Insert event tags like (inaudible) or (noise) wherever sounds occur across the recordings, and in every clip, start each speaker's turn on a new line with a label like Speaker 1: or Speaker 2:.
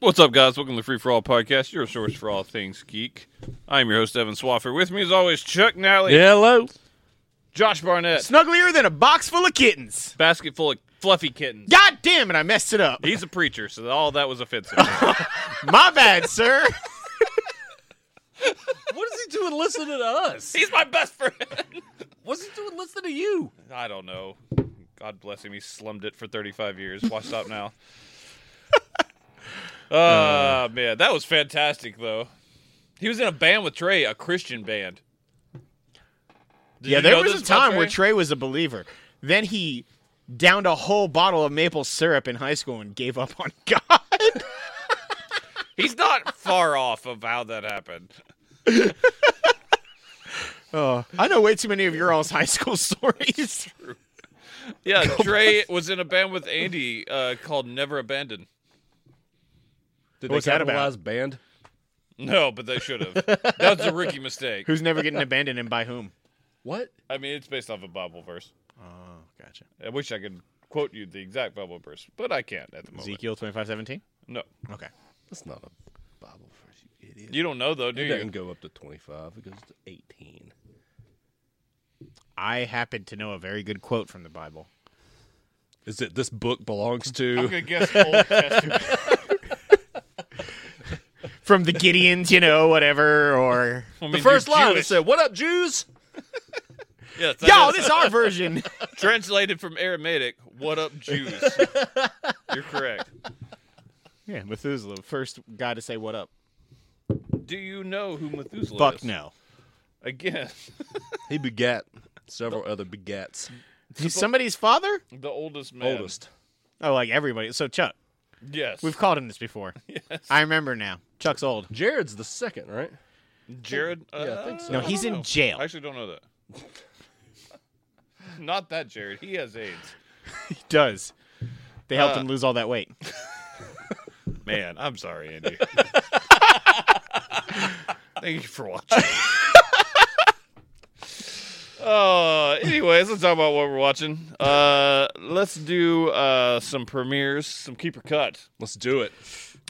Speaker 1: What's up, guys? Welcome to the Free For All Podcast, your source for all things geek. I'm your host, Evan Swaffer. With me, as always, Chuck Nally,
Speaker 2: Hello.
Speaker 1: Josh Barnett,
Speaker 2: Snugglier than a box full of kittens.
Speaker 1: basket full of fluffy kittens.
Speaker 2: God damn it, I messed it up.
Speaker 1: He's a preacher, so all that was
Speaker 3: (laughs)
Speaker 1: offensive.
Speaker 2: My bad, sir.
Speaker 3: What is he doing listening to us?
Speaker 1: He's my best friend.
Speaker 3: What's he doing listening to you?
Speaker 1: I don't know. God bless him. He slummed it for 35 years. Watch up
Speaker 3: (laughs)
Speaker 1: now.
Speaker 3: Uh.
Speaker 1: Oh, man. That was fantastic, though. He was in a band with Trey, a Christian band. Did
Speaker 2: yeah,
Speaker 1: you
Speaker 2: there
Speaker 1: know
Speaker 2: was
Speaker 1: this
Speaker 2: a
Speaker 1: about
Speaker 2: time where Trey was a believer. Then he downed a whole bottle of maple syrup in high school and gave up on (laughs) God.
Speaker 1: He's not far (laughs) off of how that happened.
Speaker 2: Oh, I know way too many of your all's high school (laughs) stories.
Speaker 1: Yeah, Trey was in a band with Andy uh, called Never Abandon.
Speaker 3: Did
Speaker 2: What's
Speaker 3: they
Speaker 2: that about?
Speaker 3: capitalize band?
Speaker 1: No, but they should have. that was a rookie mistake.
Speaker 2: Who's never getting abandoned and by whom?
Speaker 3: What?
Speaker 1: I mean, it's based off a Bible verse.
Speaker 2: Oh, gotcha.
Speaker 1: I wish I could quote you the exact Bible verse, but I can't at the moment.
Speaker 2: Ezekiel twenty-five seventeen.
Speaker 1: No,
Speaker 2: Okay.
Speaker 3: That's not a Bible verse, you idiot.
Speaker 1: you don't know though, do
Speaker 3: it doesn't
Speaker 1: you?
Speaker 3: go up to 25, it goes to 18.
Speaker 2: I happen to know a very good quote from the Bible.
Speaker 3: Is it this book belongs (laughs)
Speaker 1: I'm
Speaker 3: to?
Speaker 1: gonna guess Old Testament.
Speaker 2: From the Gideons, you know, whatever, or
Speaker 1: I mean,
Speaker 3: The
Speaker 1: you're
Speaker 3: first line it
Speaker 1: Jewish.
Speaker 3: said, What up, Jews?
Speaker 1: Yes, that
Speaker 2: Yo,
Speaker 1: is-
Speaker 2: this is (laughs) our version.
Speaker 1: translated from Aramaic. What up, Jews? You're correct.
Speaker 2: Yeah, Methuselah, first guy to say what up.
Speaker 1: Do you know who Methuselah is?
Speaker 2: Fuck no.
Speaker 1: Again, (laughs)
Speaker 3: He begat several other begats.
Speaker 2: He's somebody's father?
Speaker 1: the oldest man.
Speaker 3: Oldest.
Speaker 2: Oh, like everybody. So Chuck,
Speaker 1: Yes.
Speaker 2: we've called him this
Speaker 1: (laughs)
Speaker 2: before. I remember now. Chuck's old.
Speaker 3: Jared's the second, right?
Speaker 1: Jared. Uh,
Speaker 3: Yeah, I think so.
Speaker 2: No, he's in jail.
Speaker 1: I actually don't know that. Not that Jared. He has AIDS.
Speaker 2: He does. They helped
Speaker 1: Uh,
Speaker 2: him lose all
Speaker 1: (laughs)
Speaker 2: that weight.
Speaker 1: Man, I'm sorry,
Speaker 2: (laughs)
Speaker 1: Andy. Thank you for watching. (laughs) Uh, anyways, let's talk about what we're watching. Uh, let's do uh, some premieres, some keeper cut.
Speaker 3: Let's do it.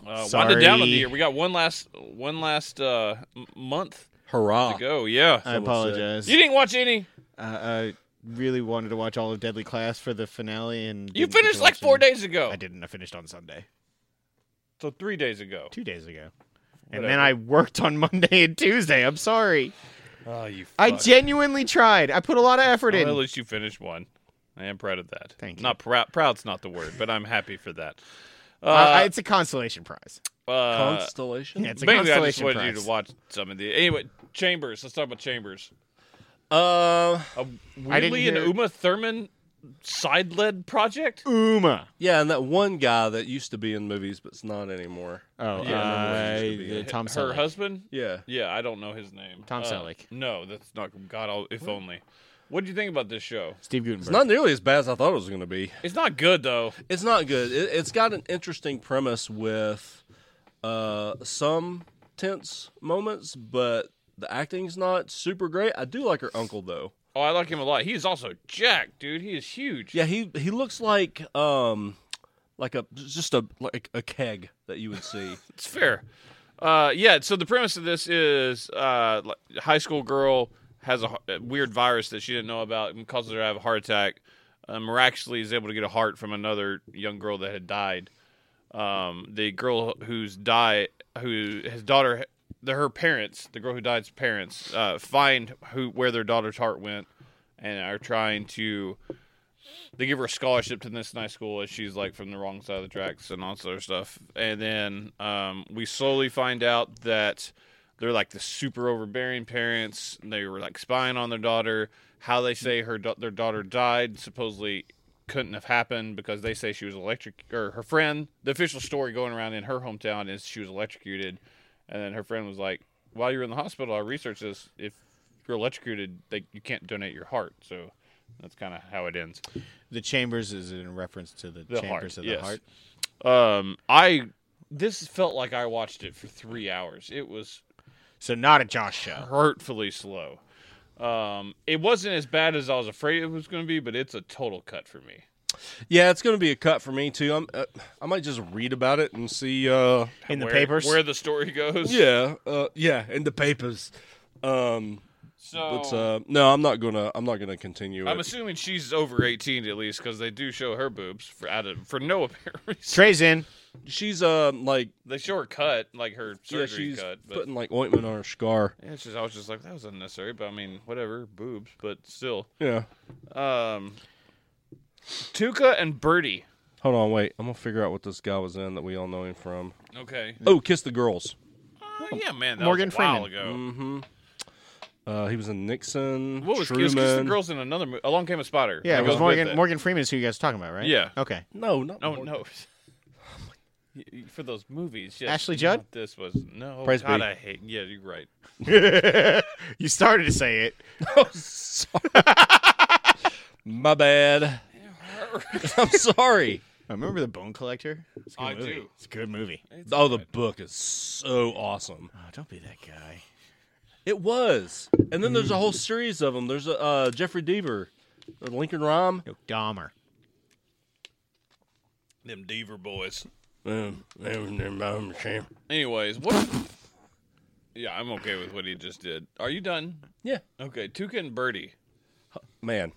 Speaker 1: Uh,
Speaker 2: Sorry.
Speaker 1: winded down of the year. We got one last, one last uh, m- month
Speaker 3: Hurrah.
Speaker 1: to go. Yeah,
Speaker 2: I apologize.
Speaker 1: you didn't watch any.
Speaker 2: Uh, I really wanted to watch all of Deadly Class for the finale, and
Speaker 1: You
Speaker 2: didn't get
Speaker 1: finished
Speaker 2: to
Speaker 1: like
Speaker 2: watch
Speaker 1: four
Speaker 2: any.
Speaker 1: days ago.
Speaker 2: I didn't. I finished on Sunday,
Speaker 1: So three days ago.
Speaker 2: two days ago, and
Speaker 1: Whatever.
Speaker 2: then I worked on (laughs) Monday and Tuesday. I'm sorry.
Speaker 1: Oh, you. Oh,
Speaker 2: I genuinely tried. I put a lot of effort
Speaker 1: Well,
Speaker 2: in.
Speaker 1: at least you finished one. I am proud of that.
Speaker 2: Thank you.
Speaker 1: Not prou- proud's not the word, but I'm happy for that. Uh,
Speaker 2: Uh, I- it's a consolation prize.
Speaker 1: uh,
Speaker 3: Constellation?
Speaker 2: Yeah, it's a
Speaker 1: mainly, I just
Speaker 2: consolation
Speaker 1: wanted
Speaker 2: prize.
Speaker 1: you to watch some of the. Anyway, Chambers. Let's talk about Chambers.
Speaker 3: Uh,
Speaker 1: A
Speaker 2: I didn't
Speaker 1: weirdly an
Speaker 2: hear-
Speaker 1: Uma Thurman side led project.
Speaker 2: Uma.
Speaker 3: yeah, and that one guy that used to be in movies but's not anymore.
Speaker 2: Oh,
Speaker 3: Yeah,
Speaker 2: uh,
Speaker 3: I remember when he used to be
Speaker 2: the
Speaker 3: in it.
Speaker 2: Tom
Speaker 1: Her
Speaker 2: Selleck.
Speaker 1: husband.
Speaker 3: Yeah.
Speaker 1: Yeah, I don't know his name.
Speaker 2: Tom
Speaker 1: Uh,
Speaker 2: Selleck.
Speaker 1: No, that's not. God, I'll, if only. What do you think about this show?
Speaker 2: Steve
Speaker 3: It's
Speaker 2: Gutenberg.
Speaker 3: not nearly as bad as I thought it was going to be.
Speaker 1: It's not good though.
Speaker 3: It's not good. It, it's got an interesting premise with uh, some tense moments, but the acting's not super great. I do like her uncle though.
Speaker 1: Oh, I like him a lot. He is also Jack, dude. He is huge.
Speaker 3: Yeah, he he looks like um like a just a like a keg that you would (laughs) see.
Speaker 1: It's fair. Uh, yeah. So the premise of this is uh, like, high school girl has a, h- a weird virus that she didn't know about and causes her to have a heart attack. Uh, miraculously, is able to get a heart from another young girl that had died. Um, the girl who's died, who his daughter, the, her parents, the girl who died's parents, uh, find who where their daughter's heart went, and are trying to. They give her a scholarship to this nice school, as she's like from the wrong side of the tracks and all this other stuff. And then um, we slowly find out that they're like the super overbearing parents. and They were like spying on their daughter. How they say her da- their daughter died supposedly couldn't have happened because they say she was electric or her friend. The official story going around in her hometown is she was electrocuted, and then her friend was like, "While you were in the hospital, I researched this. If you're electrocuted, they, you can't donate your heart." So that's kind of how it ends.
Speaker 2: the chambers is in reference to the,
Speaker 1: The
Speaker 2: chambers
Speaker 1: heart,
Speaker 2: of the
Speaker 1: yes.
Speaker 2: heart.
Speaker 1: Um, I this felt like I watched it for three hours. It was
Speaker 2: So not a Josh show.
Speaker 1: hurtfully slow. Um, it wasn't as bad as I was afraid it was going to be, but it's a total cut for me.
Speaker 3: Yeah, it's going to be a cut for me too. I'm, uh, I might just read about it and see. Uh,
Speaker 2: in the
Speaker 1: where,
Speaker 2: papers.
Speaker 1: where the story goes.
Speaker 3: yeah, uh, yeah, in the papers. Um,
Speaker 1: So
Speaker 3: but uh, no, I'm not gonna. I'm not gonna continue
Speaker 1: I'm
Speaker 3: it.
Speaker 1: assuming she's over 18 at least because they do show her boobs for out of, for no (laughs) apparent reason.
Speaker 2: Trey's in.
Speaker 3: she's um like
Speaker 1: They show her cut, like her
Speaker 3: yeah,
Speaker 1: surgery
Speaker 3: she's
Speaker 1: cut. But
Speaker 3: putting like ointment on her scar.
Speaker 1: yeah, it's just, I was just like that was unnecessary. But I mean, whatever, boobs. But still,
Speaker 3: Yeah.
Speaker 1: um, Tuca and Birdie.
Speaker 3: Hold on, wait. I'm gonna figure out what this guy was in that we all know him from.
Speaker 1: Okay.
Speaker 3: Oh, Kiss the Girls.
Speaker 1: Uh, yeah, man, that
Speaker 2: Morgan
Speaker 1: was a while
Speaker 2: Freeman.
Speaker 1: ago.
Speaker 3: Mm-hmm. Uh, he was in Nixon.
Speaker 1: What was, it
Speaker 3: Truman.
Speaker 1: was Kiss the Girls in another movie? Along Came a Spotter.
Speaker 2: Yeah,
Speaker 1: That
Speaker 2: it was
Speaker 1: goes with
Speaker 2: Morgan.
Speaker 1: it.
Speaker 2: Morgan Freeman's who you guys are talking about, right?
Speaker 1: Yeah.
Speaker 2: Okay. (laughs)
Speaker 3: No, not
Speaker 1: No,
Speaker 3: Morgan.
Speaker 1: no. (laughs) Y- y- For those movies, yes,
Speaker 2: Ashley
Speaker 1: not
Speaker 2: Judd?
Speaker 1: This was no.
Speaker 3: Praise
Speaker 1: God,
Speaker 3: be.
Speaker 1: I hate. Yeah, you're right.
Speaker 2: you started to say it.
Speaker 3: My bad. (laughs) I'm sorry.
Speaker 1: (laughs)
Speaker 2: I remember the Bone Collector. It's a good
Speaker 1: I
Speaker 2: movie.
Speaker 1: do.
Speaker 2: It's a good movie.
Speaker 3: Oh, the book is so awesome.
Speaker 2: Oh, don't be that guy.
Speaker 3: It was. And then there's a whole series of them. There's a uh, Jeffrey Deaver, or Lincoln Rhyme.
Speaker 2: No, Dahmer.
Speaker 1: Them Deaver boys.
Speaker 3: Yeah.
Speaker 1: Anyways, what? (laughs) Yeah, I'm okay with what he just did. Are you done? Okay, Tuca and Birdie.
Speaker 3: Man.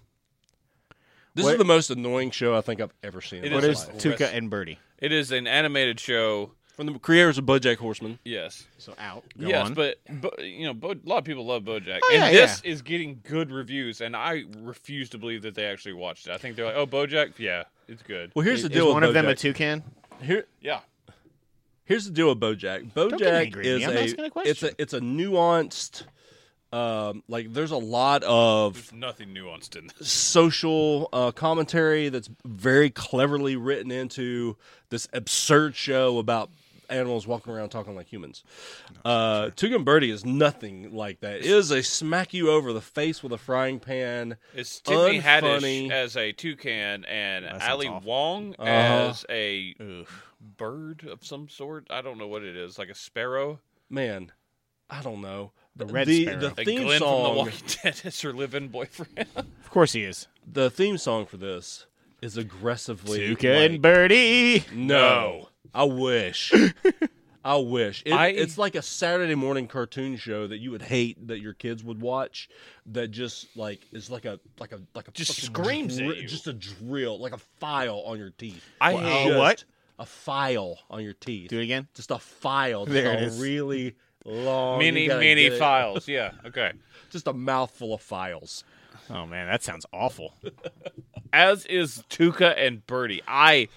Speaker 3: This
Speaker 2: What-
Speaker 3: is the most annoying show I think I've ever seen.
Speaker 1: It
Speaker 3: in my
Speaker 2: What is
Speaker 1: is
Speaker 3: life.
Speaker 2: Tuca and Birdie?
Speaker 1: It is an animated show.
Speaker 3: From the creators of BoJack Horseman.
Speaker 1: Yes.
Speaker 2: So out. Go
Speaker 1: yes,
Speaker 2: on.
Speaker 1: but, but you know, Bo- a lot of people love BoJack,
Speaker 2: Oh,
Speaker 1: and
Speaker 2: yeah,
Speaker 1: this is getting good reviews. And I refuse to believe that they actually watched it. I think they're like, "Oh, BoJack, yeah, it's good."
Speaker 3: Well,
Speaker 2: is,
Speaker 3: here's the
Speaker 2: is
Speaker 3: deal with
Speaker 2: one of them a
Speaker 3: BoJack.
Speaker 2: toucan?
Speaker 3: Here,
Speaker 1: Yeah,
Speaker 3: here's the deal with BoJack.
Speaker 2: get
Speaker 3: BoJack
Speaker 2: angry at me.
Speaker 3: is
Speaker 2: I'm asking a
Speaker 3: a, it's
Speaker 2: question.
Speaker 3: a it's a nuanced. Um, like there's a lot of
Speaker 1: there's nothing nuanced (laughs) in this.
Speaker 3: social uh, commentary that's very cleverly written into this absurd show about animals walking around talking like humans. Uh, Tuga and Birdie is nothing like that. It is a smack you over the face with a frying pan.
Speaker 1: It's Tiffany
Speaker 3: Unfunny.
Speaker 1: Haddish as a toucan and
Speaker 2: sounds
Speaker 1: Ali
Speaker 2: awful. Uh-huh.
Speaker 1: Wong as a bird of some sort. I don't know what it is, like a sparrow.
Speaker 3: Man, I don't know. The
Speaker 2: Red
Speaker 3: the,
Speaker 2: Sparrow.
Speaker 1: Like
Speaker 3: theme
Speaker 1: Glenn
Speaker 3: song.
Speaker 1: from The Walking (laughs) Dead is her live-in boyfriend.
Speaker 2: Of course he is.
Speaker 3: the theme song for this is aggressively
Speaker 2: Tuca and
Speaker 3: like-
Speaker 2: Birdie.
Speaker 3: no.
Speaker 2: (laughs)
Speaker 3: I wish. I wish. It,
Speaker 1: I-
Speaker 3: it's like a Saturday morning cartoon show that you would hate that your kids would watch. That just like is like a like a like a
Speaker 1: Just
Speaker 3: fucking
Speaker 1: screams at
Speaker 3: dri-
Speaker 1: you.
Speaker 3: Just a drill, like a file on your teeth.
Speaker 1: I
Speaker 2: hate-
Speaker 3: Just
Speaker 2: what?
Speaker 3: A file on your teeth.
Speaker 2: Do it again.
Speaker 3: Just a file. Just
Speaker 2: There
Speaker 3: a
Speaker 2: it is.
Speaker 3: Really long. Oh, you
Speaker 1: many,
Speaker 3: gotta
Speaker 1: many
Speaker 3: get it.
Speaker 1: files. Yeah. Okay.
Speaker 3: Just a mouthful of files.
Speaker 2: Oh man, that sounds awful.
Speaker 1: As is Tuca and Birdie. I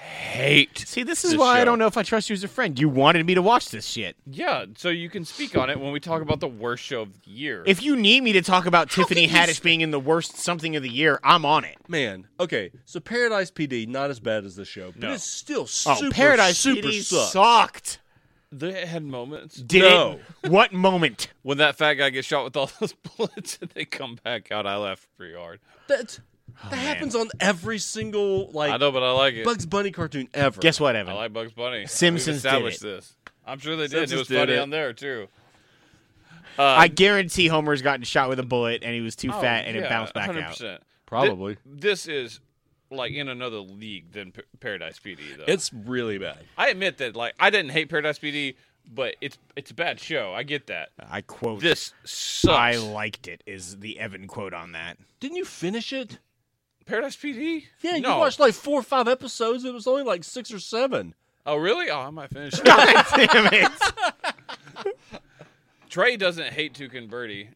Speaker 1: hate.
Speaker 2: See, this is
Speaker 1: This
Speaker 2: why I
Speaker 1: show.
Speaker 2: don't know if I trust you as a friend. You wanted me to watch this shit.
Speaker 1: Yeah. So you can speak on it when we talk about the worst show of the year.
Speaker 2: If you need me to talk about Tiffany
Speaker 3: can you
Speaker 2: Haddish being in the worst something of the year, I'm on it.
Speaker 3: Man, okay, so Paradise PD not as bad as this show, but
Speaker 1: No.
Speaker 3: it's still
Speaker 2: Oh,
Speaker 3: super
Speaker 2: Paradise
Speaker 3: super
Speaker 2: PD
Speaker 3: sucked.
Speaker 2: sucked.
Speaker 1: they had moments
Speaker 2: Did
Speaker 3: No.
Speaker 2: it? What moment?
Speaker 1: when that fat guy gets shot with all (laughs) those bullets and they come back out, I laughed pretty hard.
Speaker 3: That that happens on every single
Speaker 1: Oh, I
Speaker 3: like
Speaker 1: know, but I like it.
Speaker 3: Bugs Bunny cartoon ever.
Speaker 2: Guess what,
Speaker 1: I
Speaker 2: Evan?
Speaker 1: like Bugs Bunny.
Speaker 2: Simpsons
Speaker 1: We've established
Speaker 2: did
Speaker 1: this. I'm sure they did. and it
Speaker 3: Simpsons
Speaker 1: was
Speaker 3: did
Speaker 1: funny
Speaker 3: it.
Speaker 1: on there too.
Speaker 2: I guarantee Homer's gotten shot with a bullet and he was too fat and
Speaker 1: Oh, yeah,
Speaker 2: it bounced back out.
Speaker 1: 100%.
Speaker 3: Probably.
Speaker 1: Thi- this is like in another league than P- Paradise PD though.
Speaker 3: It's really bad.
Speaker 1: I admit that like I didn't hate Paradise PD, but it's it's a bad show. I get that.
Speaker 2: I quote
Speaker 1: This sucks.
Speaker 2: I liked it is the Evan quote on that. (laughs)
Speaker 3: Didn't you finish it?
Speaker 1: Paradise PD?
Speaker 3: Yeah,
Speaker 1: no.
Speaker 3: you watched like four or five episodes. It was only like six or seven.
Speaker 1: Oh really? Oh, I might finish. it.
Speaker 2: God damn it.
Speaker 1: Trey doesn't hate Toucan Birdie.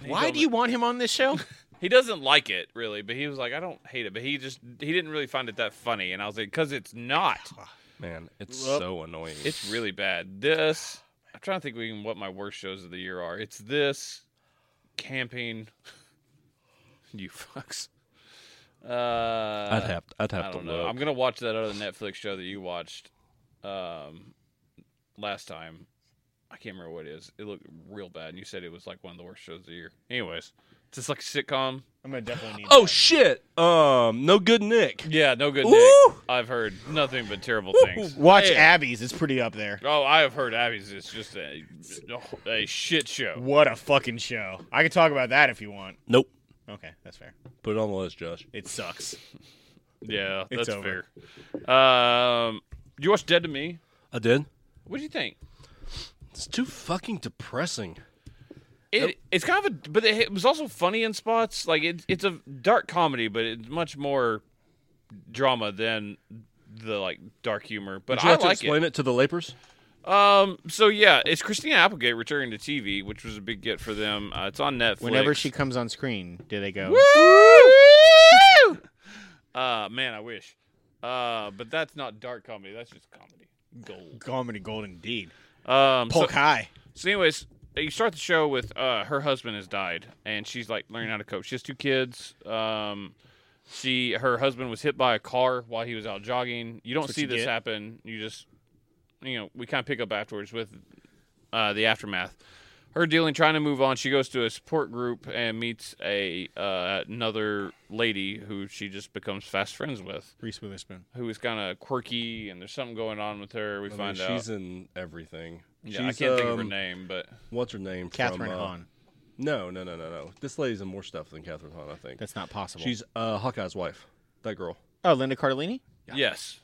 Speaker 1: He's
Speaker 2: Why
Speaker 1: on
Speaker 2: do
Speaker 1: the-
Speaker 2: you want him on this show?
Speaker 1: He doesn't like it really, but he was like, I don't hate it, but he just he didn't really find it that funny, and I was like, because it's not.
Speaker 3: Man, it's
Speaker 1: Well,
Speaker 3: so annoying.
Speaker 1: It's really bad. This I'm trying to think we can, what my worst shows of the year are. It's this camping. (laughs) you fucks. Uh,
Speaker 3: I'd have I'd have
Speaker 1: I
Speaker 3: to
Speaker 1: don't know.
Speaker 3: look.
Speaker 1: I'm gonna watch that other Netflix show that you watched um, last time. I can't remember what it is. It looked real bad, and you said it was like one of the worst shows of the year. Anyways, it's just like a sitcom.
Speaker 2: I'm gonna definitely need
Speaker 3: oh shit. Um, no good Nick.
Speaker 1: Yeah, no good.
Speaker 3: Ooh!
Speaker 1: Nick. I've heard nothing but terrible things.
Speaker 2: Watch
Speaker 3: man.
Speaker 2: Abby's, it's pretty up there.
Speaker 1: Oh, I have heard Abby's. It's just a a shit show.
Speaker 2: What a fucking show. I could talk about that if you want.
Speaker 3: Nope.
Speaker 2: Okay, that's fair.
Speaker 3: Put it on the list, Josh.
Speaker 2: It sucks.
Speaker 1: Yeah,
Speaker 2: It's
Speaker 1: that's
Speaker 2: over.
Speaker 1: fair. Um, you watched Dead to Me.
Speaker 3: I did.
Speaker 1: What do you think?
Speaker 3: It's too fucking depressing.
Speaker 1: It, It's kind of a, but it, it was also funny in spots. Like it, it's a dark comedy, but it's much more drama than the like dark humor. But
Speaker 3: Would you
Speaker 1: I
Speaker 3: have to
Speaker 1: like
Speaker 3: explain it. to the lapers?
Speaker 1: it. Um, so yeah, it's Christina Applegate returning to TV, which was a big get for them. Uh, it's on Netflix.
Speaker 2: Whenever she comes on screen, do they go?
Speaker 3: (laughs)
Speaker 1: Woo! Uh, man, I wish. Uh, but that's not dark comedy. That's just comedy. Gold.
Speaker 2: Comedy gold indeed.
Speaker 1: Um, so-
Speaker 2: Polk high.
Speaker 1: So, anyways, you start the show with uh, her husband has died, and she's like learning how to cope. She has two kids. Um, she her husband was hit by a car while he was out jogging. You don't
Speaker 2: what
Speaker 1: see
Speaker 2: you
Speaker 1: this
Speaker 2: get.
Speaker 1: happen. You just, you know, we kind of pick up afterwards with uh, the aftermath. Her dealing, trying to move on. She goes to a support group and meets a uh, another lady who she just becomes fast friends with,
Speaker 2: Reese Witherspoon.
Speaker 1: who is kind of quirky and there's something going on with her. We
Speaker 3: I mean,
Speaker 1: find out.
Speaker 3: she's in everything.
Speaker 1: yeah, I
Speaker 3: She's,
Speaker 1: can't think of her
Speaker 3: um,
Speaker 1: name, but
Speaker 3: What's her name?
Speaker 2: Catherine
Speaker 3: from, uh,
Speaker 2: Hahn.
Speaker 3: No, no, no, no, no. This lady's in more stuff than Catherine Hahn. I think
Speaker 2: That's not possible.
Speaker 3: she's uh, Hawkeye's wife. That girl.
Speaker 2: oh Linda Cardellini.
Speaker 1: Yes.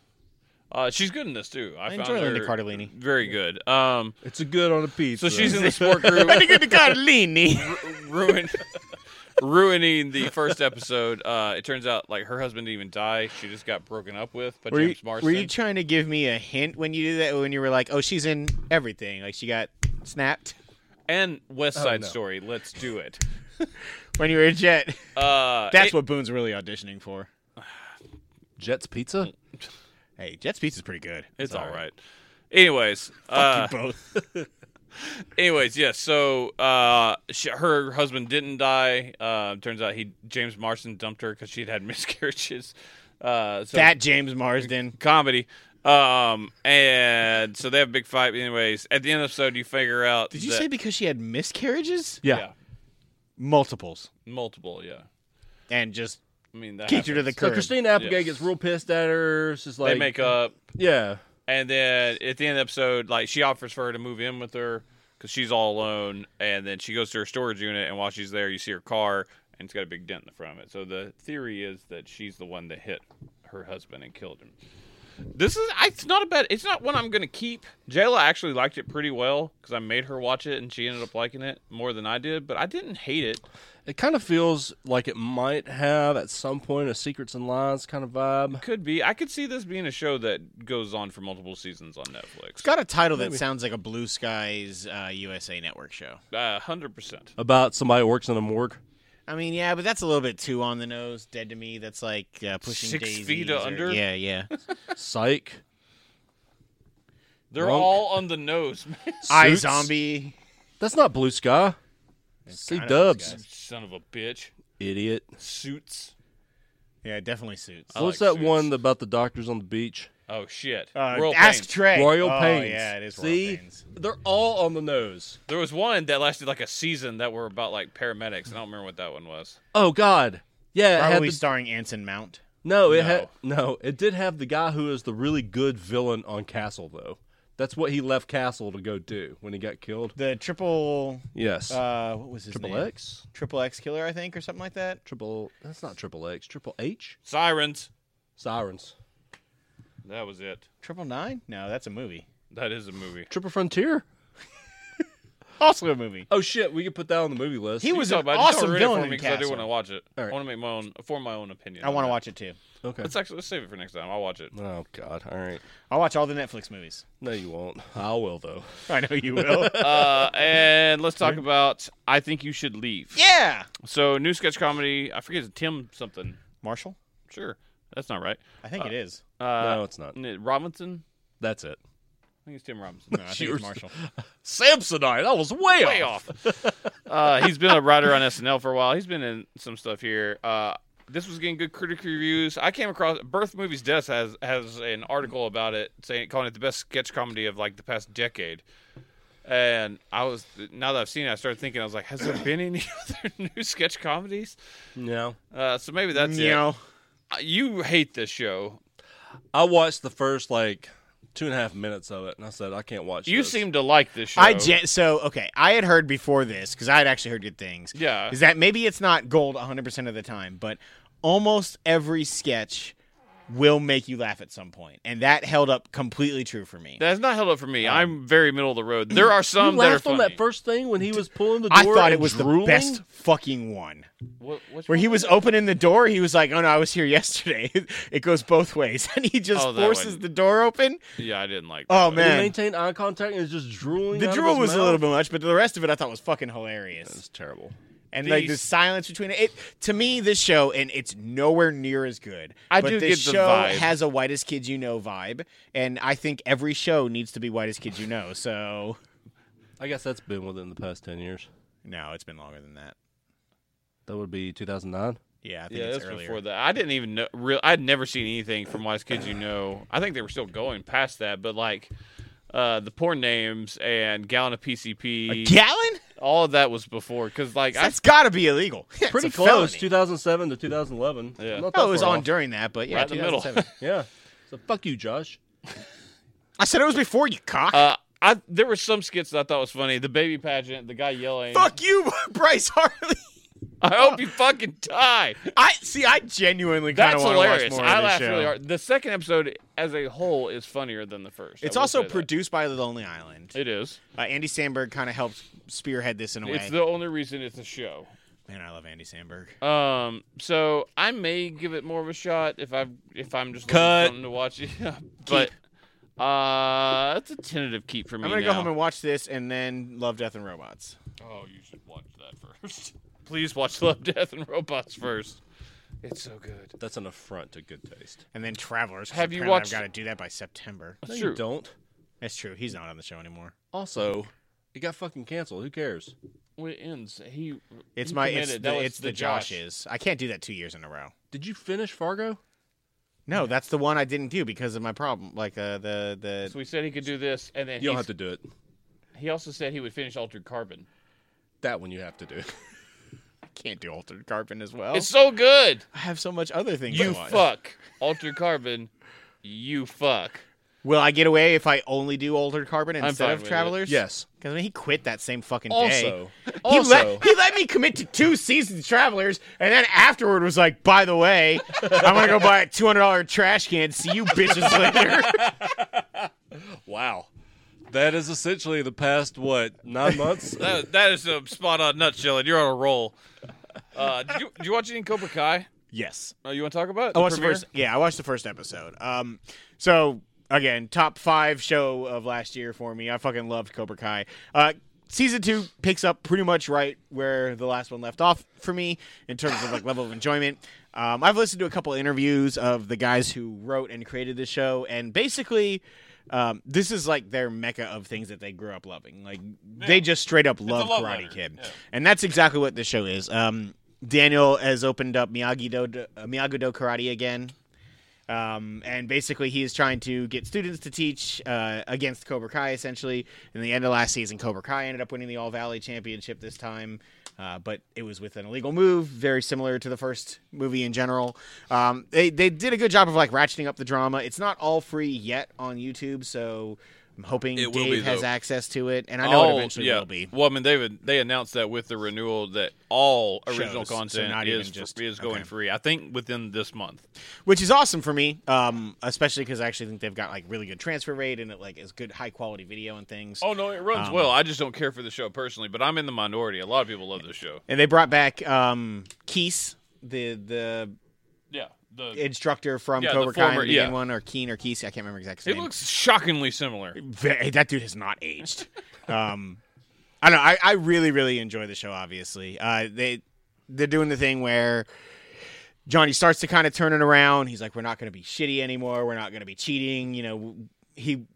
Speaker 1: Uh, she's good in this too. I,
Speaker 2: I
Speaker 1: found
Speaker 2: enjoy
Speaker 1: her
Speaker 2: Linda Cardellini.
Speaker 1: Very good. Um,
Speaker 3: It's a good on a pizza.
Speaker 1: so she's in the sport group,
Speaker 2: (laughs) Linda Cardellini.
Speaker 1: ruin, ruining the first episode. Uh, it turns out like her husband didn't even die. She just got broken up with by
Speaker 2: were, you,
Speaker 1: James
Speaker 2: were
Speaker 1: Marston.
Speaker 2: you trying to give me a hint when you did that? When you were like, "Oh, she's in everything," like she got snapped
Speaker 1: and West
Speaker 2: Oh,
Speaker 1: Side
Speaker 3: no.
Speaker 1: Story. Let's do it.
Speaker 2: when you were a jet. (laughs)
Speaker 1: Uh,
Speaker 2: That's
Speaker 1: it-
Speaker 2: what Boone's really auditioning for.
Speaker 3: Jets Pizza.
Speaker 2: Hey, Jet's pizza's pretty good.
Speaker 1: it's all right. Anyways, uh,
Speaker 2: You both.
Speaker 1: (laughs) anyways, yes. so uh, she, her husband didn't die. Uh, turns out he James Marston dumped her because she'd had (laughs) miscarriages. Uh, so
Speaker 2: that James Marsden.
Speaker 1: comedy. Um, and so they have a big fight. Anyways, at the end of the episode, you figure out.
Speaker 2: Did you
Speaker 1: that-
Speaker 2: say because she had miscarriages?
Speaker 3: Yeah.
Speaker 1: yeah,
Speaker 2: Multiples.
Speaker 1: multiple? Yeah,
Speaker 2: And just
Speaker 1: I mean that.
Speaker 2: kicked her to the
Speaker 1: happens.
Speaker 3: So
Speaker 2: curb.
Speaker 3: Christine Applegate
Speaker 1: Yeah.
Speaker 3: gets real pissed at her. She's
Speaker 1: They
Speaker 3: like,
Speaker 1: make up,
Speaker 3: yeah,
Speaker 1: and then at the end of the episode, like she offers for her to move in with her because she's all alone. And then she goes to her storage unit, and while she's there, you see her car, and it's got a big dent in the front of it. So the theory is that she's the one that hit her husband and killed him. This is I- it's not a bad it's not one I'm gonna keep. Jayla actually liked it pretty well because I made her watch it and she ended up liking it more than I did, but I didn't hate it.
Speaker 3: it kind of feels like it might have at some point a Secrets and Lies kind of vibe.
Speaker 1: Could be I could see this being a show that goes on for multiple seasons on Netflix.
Speaker 2: It's got a title that sounds like a Blue Skies uh, USA Network show.
Speaker 1: Uh, hundred percent.
Speaker 3: About somebody who works in a morgue.
Speaker 2: I mean, yeah, but that's a little bit too on the nose. Dead to me. That's like uh, pushing
Speaker 1: Six
Speaker 2: daisies
Speaker 1: feet
Speaker 2: or-
Speaker 1: under?
Speaker 2: Yeah,
Speaker 3: (laughs)
Speaker 2: yeah.
Speaker 3: Psych.
Speaker 1: They're
Speaker 3: Wrong.
Speaker 1: all on the nose, (laughs) man.
Speaker 2: I
Speaker 3: Suits.
Speaker 2: Zombie.
Speaker 3: That's not Blue Sky. See
Speaker 2: kinda Blue
Speaker 3: Dubs,
Speaker 2: Sky.
Speaker 1: Son of a bitch.
Speaker 3: idiot.
Speaker 1: Suits.
Speaker 2: Yeah, it definitely suits.
Speaker 1: I
Speaker 3: What's
Speaker 1: like
Speaker 3: that
Speaker 1: Suits.
Speaker 3: one about the doctors on the beach?
Speaker 1: Oh shit.
Speaker 2: Uh,
Speaker 1: Royal
Speaker 2: ask
Speaker 1: Pains.
Speaker 2: Trey.
Speaker 3: Royal
Speaker 2: oh,
Speaker 3: Pains.
Speaker 2: Yeah, it is
Speaker 3: See,
Speaker 2: Royal Pains.
Speaker 3: they're all on the nose.
Speaker 1: there was one that lasted like a season that were about like paramedics. and I don't remember what that one was.
Speaker 3: Oh God, yeah. It had
Speaker 2: Probably
Speaker 3: the,
Speaker 2: starring Anson Mount.
Speaker 3: no, it had no. It did have the guy who is the really good villain on Castle though. That's what he left Castle to go do when he got killed.
Speaker 2: The triple.
Speaker 3: Yes,
Speaker 2: Uh, what was his
Speaker 3: Triple
Speaker 2: name?
Speaker 3: X,
Speaker 2: Triple X Killer, I think, or something like that.
Speaker 3: Triple. That's not Triple X. Triple H.
Speaker 1: Sirens.
Speaker 3: Sirens.
Speaker 1: That was it.
Speaker 2: Triple Nine? No, that's a movie.
Speaker 1: That is a movie.
Speaker 3: Triple Frontier.
Speaker 2: Also a movie.
Speaker 3: Oh shit, we could put that on the movie list.
Speaker 2: He
Speaker 1: You
Speaker 2: was
Speaker 1: talk
Speaker 2: an
Speaker 1: about it. Just don't
Speaker 2: awesome
Speaker 1: ruin it
Speaker 2: villain
Speaker 1: for me
Speaker 2: in
Speaker 1: I do
Speaker 2: Castle.
Speaker 1: want to watch it.
Speaker 3: All right.
Speaker 1: I want to make my own form my own opinion.
Speaker 2: I
Speaker 1: on
Speaker 2: want to
Speaker 1: that.
Speaker 2: watch it too.
Speaker 3: okay.
Speaker 1: Let's actually let's save it for next time. I'll watch it.
Speaker 2: (laughs)
Speaker 3: Oh God. All right.
Speaker 2: I'll watch all the Netflix movies.
Speaker 3: No, you won't. I will though.
Speaker 2: I know you will. (laughs)
Speaker 1: Uh, and let's talk about I think you should leave.
Speaker 2: yeah.
Speaker 1: So new sketch comedy. I forget it's Tim something.
Speaker 2: Marshall?
Speaker 1: Sure, that's not right.
Speaker 2: I think it is.
Speaker 1: Uh,
Speaker 3: no, it's not.
Speaker 1: n- Robinson.
Speaker 3: That's it.
Speaker 1: I think it's Tim Robinson.
Speaker 2: (laughs) No, I think
Speaker 3: yours.
Speaker 1: (laughs)
Speaker 2: it's Marshall.
Speaker 3: Samsonite. That was way,
Speaker 1: Way off. uh, he's been a writer on SNL for a while. He's been in some stuff here. Uh, this was getting good critic reviews. I came across Birth Movies Death has has an article about it saying calling it the best sketch comedy of like the past decade. And I was now that I've seen it, I started thinking I was like, has there been any (laughs) other new sketch comedies?
Speaker 3: No.
Speaker 1: Uh, so maybe that's
Speaker 2: You
Speaker 1: it.
Speaker 2: know,
Speaker 1: Uh, You hate this show.
Speaker 3: I watched the first like two and a half minutes of it, and I said, I can't watch.
Speaker 1: You
Speaker 3: this."
Speaker 1: seem to like this show.
Speaker 2: I gen- so okay. I had heard before this because I had actually heard good things.
Speaker 1: Yeah.
Speaker 2: is that maybe it's not gold 100 percent of the time, but almost every sketch will make you laugh at some point, and that held up completely true for me.
Speaker 1: That's not held up for me. I'm very middle of the road. There are
Speaker 3: You
Speaker 1: some that are
Speaker 3: laughed
Speaker 1: funny.
Speaker 3: on that first thing when he was pulling the
Speaker 2: I
Speaker 3: door.
Speaker 2: thought
Speaker 3: and
Speaker 2: it was
Speaker 3: drooling?
Speaker 2: the best fucking one.
Speaker 1: What- which
Speaker 2: Where he
Speaker 1: one?
Speaker 2: was opening the door, he was like, "Oh no, I was here (laughs) yesterday." it goes both ways, (laughs) and he just
Speaker 1: Oh, that
Speaker 2: forces
Speaker 1: one.
Speaker 2: the door open.
Speaker 1: Yeah, I didn't like. that.
Speaker 2: Oh
Speaker 3: He
Speaker 2: man,
Speaker 3: maintained eye contact and was just drooling.
Speaker 2: the
Speaker 3: out of
Speaker 2: drool
Speaker 3: his
Speaker 2: was a
Speaker 3: mouth.
Speaker 2: little bit much, but the rest of it I thought was fucking hilarious.
Speaker 3: It's terrible.
Speaker 2: and like the
Speaker 1: These-
Speaker 2: silence between it. it. To me, this show and it's nowhere near as good.
Speaker 1: I
Speaker 2: but
Speaker 1: do
Speaker 2: this
Speaker 1: get the
Speaker 2: show
Speaker 1: vibe.
Speaker 2: has a whitest kids you know vibe, and I think every show needs to be whitest kids you know. So
Speaker 3: I guess that's been within the past ten years.
Speaker 2: no, it's been longer than that.
Speaker 3: That would be 2009.
Speaker 2: Yeah, I think
Speaker 1: Yeah,
Speaker 2: it's
Speaker 1: that's
Speaker 2: earlier.
Speaker 1: before that. I didn't even know. Real, I'd never seen anything from Wise Kids You Know. I think they were still going past that, but like uh, the porn names and Gallon of PCP,
Speaker 2: Gallon?
Speaker 1: all of that was before. Because like I,
Speaker 2: That's got to be illegal. (laughs) It's
Speaker 3: Pretty
Speaker 2: a
Speaker 3: close,
Speaker 2: felony.
Speaker 3: 2007 to 2011.
Speaker 1: Yeah.
Speaker 3: Not that
Speaker 2: Oh, it was
Speaker 3: far
Speaker 2: on
Speaker 3: off.
Speaker 2: during that, but yeah,
Speaker 1: Right in the middle.
Speaker 2: 2007.
Speaker 3: (laughs) Yeah. So fuck you, Josh.
Speaker 2: I said it was before you
Speaker 1: (laughs)
Speaker 2: cock.
Speaker 1: uh, I there were some skits that I thought was funny. The baby pageant, the guy yelling,
Speaker 2: Fuck you, (laughs) Bryce Harley.
Speaker 1: "I hope you fucking
Speaker 2: (laughs)
Speaker 1: die."
Speaker 2: I see. I genuinely kind
Speaker 1: That's
Speaker 2: of want to watch
Speaker 1: hilarious.
Speaker 2: more
Speaker 1: I
Speaker 2: of this
Speaker 1: laughed
Speaker 2: show.
Speaker 1: really hard. The second episode, as a whole, is funnier than the first. I
Speaker 2: It's
Speaker 1: will
Speaker 2: also
Speaker 1: say that.
Speaker 2: produced by The Lonely Island.
Speaker 1: It is.
Speaker 2: Uh, Andy Samberg kind of helped spearhead this in a way.
Speaker 1: It's the only reason it's a show.
Speaker 2: Man, I love Andy Samberg.
Speaker 1: Um, so I may give it more of a shot if I if I'm just
Speaker 3: Cut.
Speaker 1: looking for something to watch. (laughs) Yeah, but uh, that's a tentative keep for me.
Speaker 2: I'm gonna
Speaker 1: now.
Speaker 2: go home and watch this, and then Love, Death, and Robots.
Speaker 1: oh, you should watch that first. (laughs) Please watch Love, Death, and Robots first. It's so good.
Speaker 3: That's an affront to good taste.
Speaker 2: And then Travelers. 'cause
Speaker 1: Have you
Speaker 2: apparently
Speaker 1: watched-
Speaker 2: I've got to do that by September.
Speaker 1: That's
Speaker 3: No,
Speaker 1: true.
Speaker 3: you don't.
Speaker 2: That's true. He's not on the show anymore.
Speaker 3: Also, it got fucking canceled. Who cares?
Speaker 1: When it ends, he.
Speaker 2: It's
Speaker 1: he
Speaker 2: my.
Speaker 1: committed.
Speaker 2: It's
Speaker 1: That
Speaker 2: the,
Speaker 1: was
Speaker 2: it's the, Josh's. I can't do that two years in a row.
Speaker 3: Did you finish Fargo?
Speaker 2: No, that's the one I didn't do because of my problem. Like uh, the the.
Speaker 1: So we said he could do this, and then
Speaker 3: You don't
Speaker 1: he's-
Speaker 3: have to do it.
Speaker 1: he also said he would finish Altered Carbon.
Speaker 2: Oh.
Speaker 3: That one you have
Speaker 1: (laughs)
Speaker 3: to do.
Speaker 2: I can't do Altered Carbon as well.
Speaker 1: It's so good.
Speaker 2: I have so much other things.
Speaker 1: You
Speaker 2: to watch.
Speaker 1: fuck Altered Carbon. You fuck.
Speaker 2: Will I get away if I only do Altered Carbon
Speaker 1: I'm
Speaker 2: instead
Speaker 1: fine
Speaker 2: of
Speaker 1: with it.
Speaker 2: Travelers?
Speaker 3: yes.
Speaker 2: Because I mean, he quit that same fucking day.
Speaker 3: Also,
Speaker 2: He
Speaker 3: also,
Speaker 2: let, he let me commit to two seasons travelers, and then afterward was like, by the way, I'm gonna go buy a two hundred dollar trash can. See you bitches later.
Speaker 3: wow. That is essentially the past what nine months.
Speaker 1: That, that is a spot on nutshell, and you're on a roll. Uh, did, you, did you watch any Cobra Kai?
Speaker 2: (laughs) yes,
Speaker 1: Oh, you want to talk about? it?
Speaker 2: I watched the
Speaker 1: premiere?
Speaker 2: first. Yeah, I watched the first episode. Um, so again, top five show of last year for me. I fucking loved Cobra Kai. Uh, season two picks up pretty much right where the last one left off for me in terms of like level of enjoyment. Um, I've listened to a couple interviews of the guys who wrote and created the show, and basically. Um, this is like their mecca of things that they grew up loving. Like they just straight up love,
Speaker 1: love
Speaker 2: Karate
Speaker 1: letter,
Speaker 2: Kid,
Speaker 1: yeah.
Speaker 2: and that's exactly what this show is. Um, Daniel has opened up Miyagi Do uh, Miyagi Do Karate again, um, and basically he is trying to get students to teach uh, against Cobra Kai essentially. In the end of last season, Cobra Kai ended up winning the All Valley Championship this time, uh, but it was with an illegal move, very similar to the first movie in general. Um, they they did a good job of like ratcheting up the drama. It's not all free yet on YouTube, so. I'm hoping
Speaker 1: It will
Speaker 2: Dave
Speaker 1: be,
Speaker 2: has
Speaker 1: though.
Speaker 2: access to it, and I know it
Speaker 1: All-
Speaker 2: eventually
Speaker 1: Oh, yeah.
Speaker 2: will be.
Speaker 1: Well, I mean, they would, they announced that with the renewal that all original
Speaker 2: Shows, so
Speaker 1: content
Speaker 2: not even
Speaker 1: is fr-
Speaker 2: just-
Speaker 1: is going
Speaker 2: okay.
Speaker 1: free. I think within this month.
Speaker 2: which is awesome for me, um, especially because I actually think they've got like really good transfer rate and it like is good high quality video and things.
Speaker 1: Oh no, it runs
Speaker 2: Um,
Speaker 1: well. I just don't care for the show personally, but I'm in the minority. A lot of people love this show.
Speaker 2: And they brought back um, Keese, the the
Speaker 1: Yeah, the,
Speaker 2: instructor from
Speaker 1: Yeah, the
Speaker 2: Cobra Kai, in
Speaker 1: former-
Speaker 2: the beginning
Speaker 1: yeah.
Speaker 2: one, or Keen or Keese, I can't remember exactly.
Speaker 1: it looks shockingly similar.
Speaker 2: Ve- that dude has not
Speaker 1: (laughs)
Speaker 2: aged. um, I don't know. I, I really, really enjoy the show. Obviously, uh, they they're doing the thing where Johnny starts to kind of turn it around. He's like, "We're not going to be shitty anymore. We're not going to be cheating." You know, he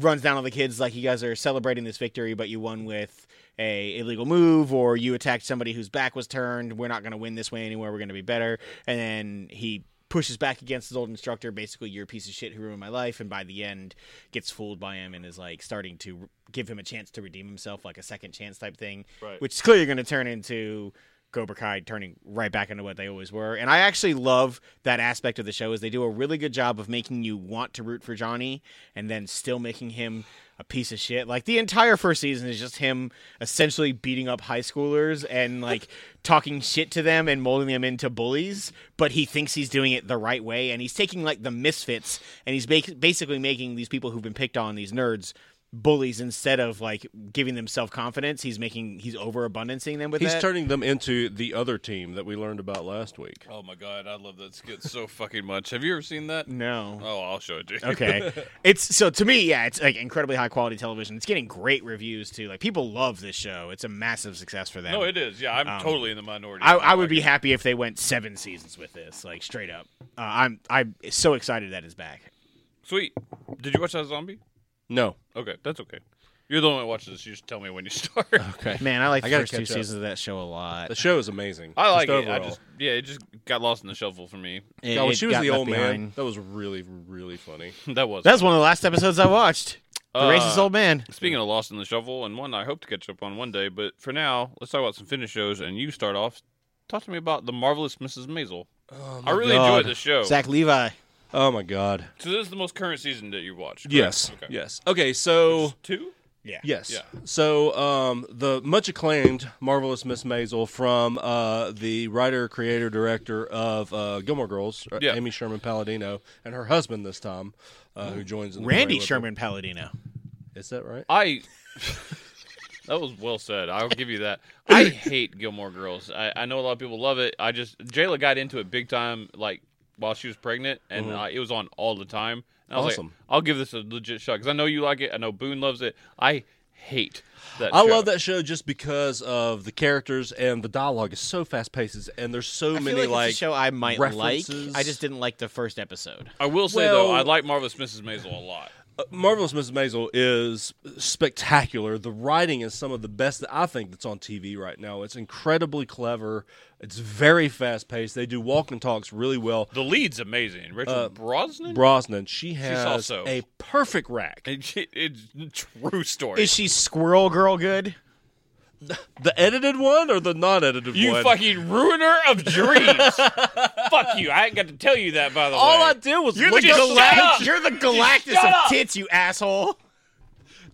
Speaker 2: runs down on the kids like, "You guys are celebrating this victory, but you won with." A illegal move, or you attacked somebody whose back was turned. We're not going to win this way anymore. We're going to be better. And then he pushes back against his old instructor basically you're a piece of shit who ruined my life and by the end gets fooled by him and is like starting to r- give him a chance to redeem himself like a second chance type thing
Speaker 1: Right.
Speaker 2: which is clearly going to turn into Cobra Kai turning right back into what they always were. And I actually love that aspect of the show is they do a really good job of making you want to root for Johnny and then still making him a piece of shit. Like the entire first season is just him essentially beating up high schoolers and like (laughs) talking shit to them and molding them into bullies, but he thinks he's doing it the right way and he's taking like the misfits and he's ba- basically making these people who've been picked on these nerds bullies instead of like giving them self-confidence he's making he's overabundancing them with
Speaker 3: (laughs) He's
Speaker 2: that.
Speaker 3: turning them into the other team that we learned about last week.
Speaker 1: Oh my god, I love that skit so fucking much. Have you ever seen that?
Speaker 2: No.
Speaker 1: Oh, I'll show it to you.
Speaker 2: Okay. it's so to me, yeah, it's like incredibly high quality television. It's getting great reviews too. Like people love this show. It's a massive success for
Speaker 1: (laughs)
Speaker 2: them.
Speaker 1: No, it is. Yeah, I'm totally in the minority.
Speaker 2: Um, I, I would be happy if they went seven seasons with this, like straight up. Uh, I'm I'm so excited that it's back.
Speaker 1: sweet. Did you watch that zombie?
Speaker 3: No.
Speaker 1: Okay, that's okay. You're the one that watches this. You just tell me when you (laughs) start.
Speaker 3: Okay.
Speaker 2: Man, I like the
Speaker 3: I gotta
Speaker 2: first two
Speaker 3: catch up.
Speaker 2: seasons of that show a lot.
Speaker 3: (laughs) The show is amazing.
Speaker 1: I like
Speaker 3: Just
Speaker 1: it. I
Speaker 3: overall.
Speaker 1: just yeah, it just got lost in the shuffle for me. (laughs)
Speaker 2: It-
Speaker 3: God, when
Speaker 2: it
Speaker 3: she was
Speaker 2: got
Speaker 3: the
Speaker 2: left
Speaker 3: old
Speaker 2: behind.
Speaker 3: man, that was really, really funny.
Speaker 1: that was.
Speaker 2: That was one of the last episodes I watched. The
Speaker 1: Uh,
Speaker 2: racist old man.
Speaker 1: Speaking of lost in the shuffle, and one I hope to catch up on one day, but for now, let's talk about some finished shows. And you start off. Talk to me about the marvelous Mrs. Maisel. I really
Speaker 2: God.
Speaker 1: enjoyed the show.
Speaker 2: Zach Levi.
Speaker 3: Oh my god.
Speaker 1: So this is the most current season that you watched. correct?
Speaker 3: Yes.
Speaker 1: Okay.
Speaker 3: Yes. Okay. So
Speaker 1: Two.
Speaker 2: Yeah.
Speaker 3: yes.
Speaker 1: Yeah.
Speaker 3: So um, the much acclaimed marvelous Miss Maisel from uh, the writer, creator, director of uh, Gilmore Girls, uh,
Speaker 1: Yeah.
Speaker 3: Amy Sherman Palladino, and her husband this time, uh, who joins in the fray
Speaker 2: Randy
Speaker 3: with
Speaker 2: Sherman Palladino.
Speaker 3: her. Is that right?
Speaker 1: I. (laughs) that was well said. I'll give you
Speaker 3: (coughs)
Speaker 1: that. I hate Gilmore Girls. I, I know a lot of people love it. I just Jayla got into it big time, like while she was pregnant, and uh, it was on all the time. And I was like,
Speaker 3: Mm-hmm. Awesome.
Speaker 1: I'll give this a legit shot because I know you like it. I know Boone loves it. I hate that.
Speaker 3: I
Speaker 1: show.
Speaker 3: love that show just because of the characters and the dialogue is so fast paced, and there's
Speaker 2: I
Speaker 3: so
Speaker 2: feel
Speaker 3: many
Speaker 2: like, it's a show I might
Speaker 3: references.
Speaker 2: like. I just didn't like the first episode.
Speaker 1: I will say though,
Speaker 3: Well-
Speaker 1: I like Marvelous Mrs. Maisel a lot.
Speaker 3: Uh, Marvelous Mrs. Maisel is spectacular. The writing is some of the best that I think that's on TV right now. It's incredibly clever. It's very fast paced. They do walk and talks really well.
Speaker 1: The lead's amazing. Rachel
Speaker 3: Uh,
Speaker 1: Brosnan.
Speaker 3: Brosnan, she has
Speaker 1: also-
Speaker 3: a perfect rack.
Speaker 1: It- it- (laughs) it's a true story.
Speaker 2: Is she Squirrel Girl good?
Speaker 3: The edited one or the non-edited
Speaker 1: you
Speaker 3: one?
Speaker 1: fucking ruiner of
Speaker 3: (laughs)
Speaker 1: dreams. Fuck you. I ain't got to tell you that by the way.
Speaker 3: All I did was
Speaker 2: You're the,
Speaker 3: look
Speaker 1: just
Speaker 3: up,
Speaker 1: Galact- shut up!
Speaker 2: Galact- you're the Galactus
Speaker 1: shut
Speaker 2: of
Speaker 1: up!
Speaker 2: tits, you asshole.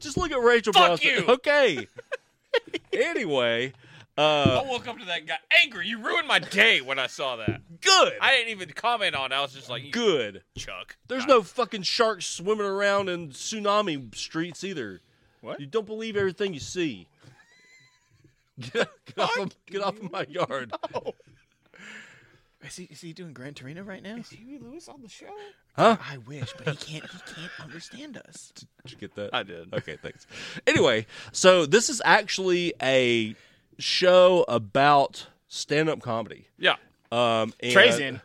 Speaker 3: just look at Rachel
Speaker 1: Fuck
Speaker 3: Brosnan.
Speaker 1: you.
Speaker 3: (laughs) Okay. anyway, uh,
Speaker 1: I woke up to that guy angry. You ruined my day when I saw that.
Speaker 3: good.
Speaker 1: I didn't even comment on. it. I was just like, "Good
Speaker 3: good.
Speaker 1: Chuck."
Speaker 3: There's no fucking sharks swimming around in tsunami streets either.
Speaker 2: What?
Speaker 3: You don't believe everything you see.
Speaker 1: (laughs)
Speaker 3: Get, get off, of, get off of my
Speaker 1: (laughs)
Speaker 3: yard.
Speaker 2: Is he is he doing Gran Torino right now?
Speaker 1: Huey Lewis on the show.
Speaker 3: Huh?
Speaker 2: I wish, but he can't he can't understand us.
Speaker 3: (laughs) Did you get that?
Speaker 1: I did.
Speaker 3: Okay, thanks. Anyway, so this is actually a show about stand up comedy.
Speaker 1: Yeah,
Speaker 3: Um, and
Speaker 2: Trey's in.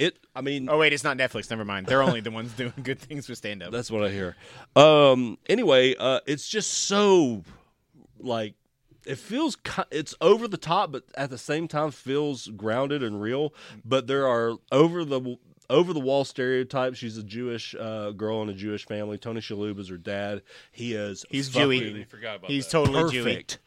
Speaker 3: It, I mean,
Speaker 2: Oh wait, it's not Netflix. Never mind. They're only the ones doing good things for stand up.
Speaker 3: That's what I hear. Um. Anyway, uh, it's just so like it feels ki- it's over the top, but at the same time feels grounded and real. But there are over the over the wall stereotypes. She's a Jewish uh, girl in a Jewish family. Tony Shalhoub is her dad. He is
Speaker 2: He's
Speaker 3: fucking
Speaker 1: I
Speaker 2: Jewy.
Speaker 1: forgot about
Speaker 2: He's
Speaker 1: that.
Speaker 2: totally Jewy.
Speaker 3: perfect.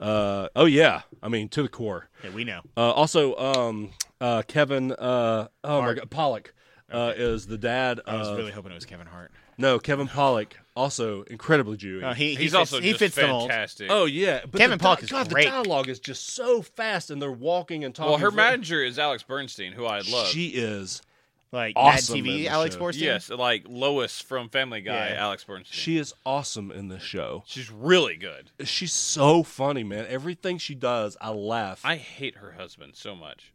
Speaker 3: Uh, oh yeah, I mean to the core.
Speaker 2: Yeah, we know.
Speaker 3: Uh, also, um, uh, Kevin. Uh, oh my God, Pollock. Uh, is the dad
Speaker 2: I was
Speaker 3: of
Speaker 2: really hoping it was Kevin Hart.
Speaker 3: no Kevin Pollock also incredibly Jewish.
Speaker 2: No, he, he
Speaker 1: He's
Speaker 2: fits,
Speaker 1: also
Speaker 2: he
Speaker 1: just
Speaker 2: fits the mold.
Speaker 1: fantastic.
Speaker 3: Oh yeah, but
Speaker 2: Kevin
Speaker 3: the
Speaker 2: Pollock
Speaker 3: di-
Speaker 2: is
Speaker 3: God,
Speaker 2: great.
Speaker 3: The dialogue is just so fast, and they're walking and talking.
Speaker 1: well, her
Speaker 3: for-
Speaker 1: manager is Alex Bernstein, who I love.
Speaker 3: She is.
Speaker 2: Like
Speaker 3: Awesome
Speaker 2: Mad
Speaker 3: in
Speaker 2: TV,
Speaker 3: the
Speaker 2: Alex
Speaker 3: show.
Speaker 2: Borstein.
Speaker 1: yes, like Lois from Family Guy,
Speaker 2: Yeah.
Speaker 1: Alex Bernstein.
Speaker 3: She is awesome in this show.
Speaker 1: she's really good.
Speaker 3: She's so funny, man. Everything she does, I laugh.
Speaker 1: I hate her husband so much.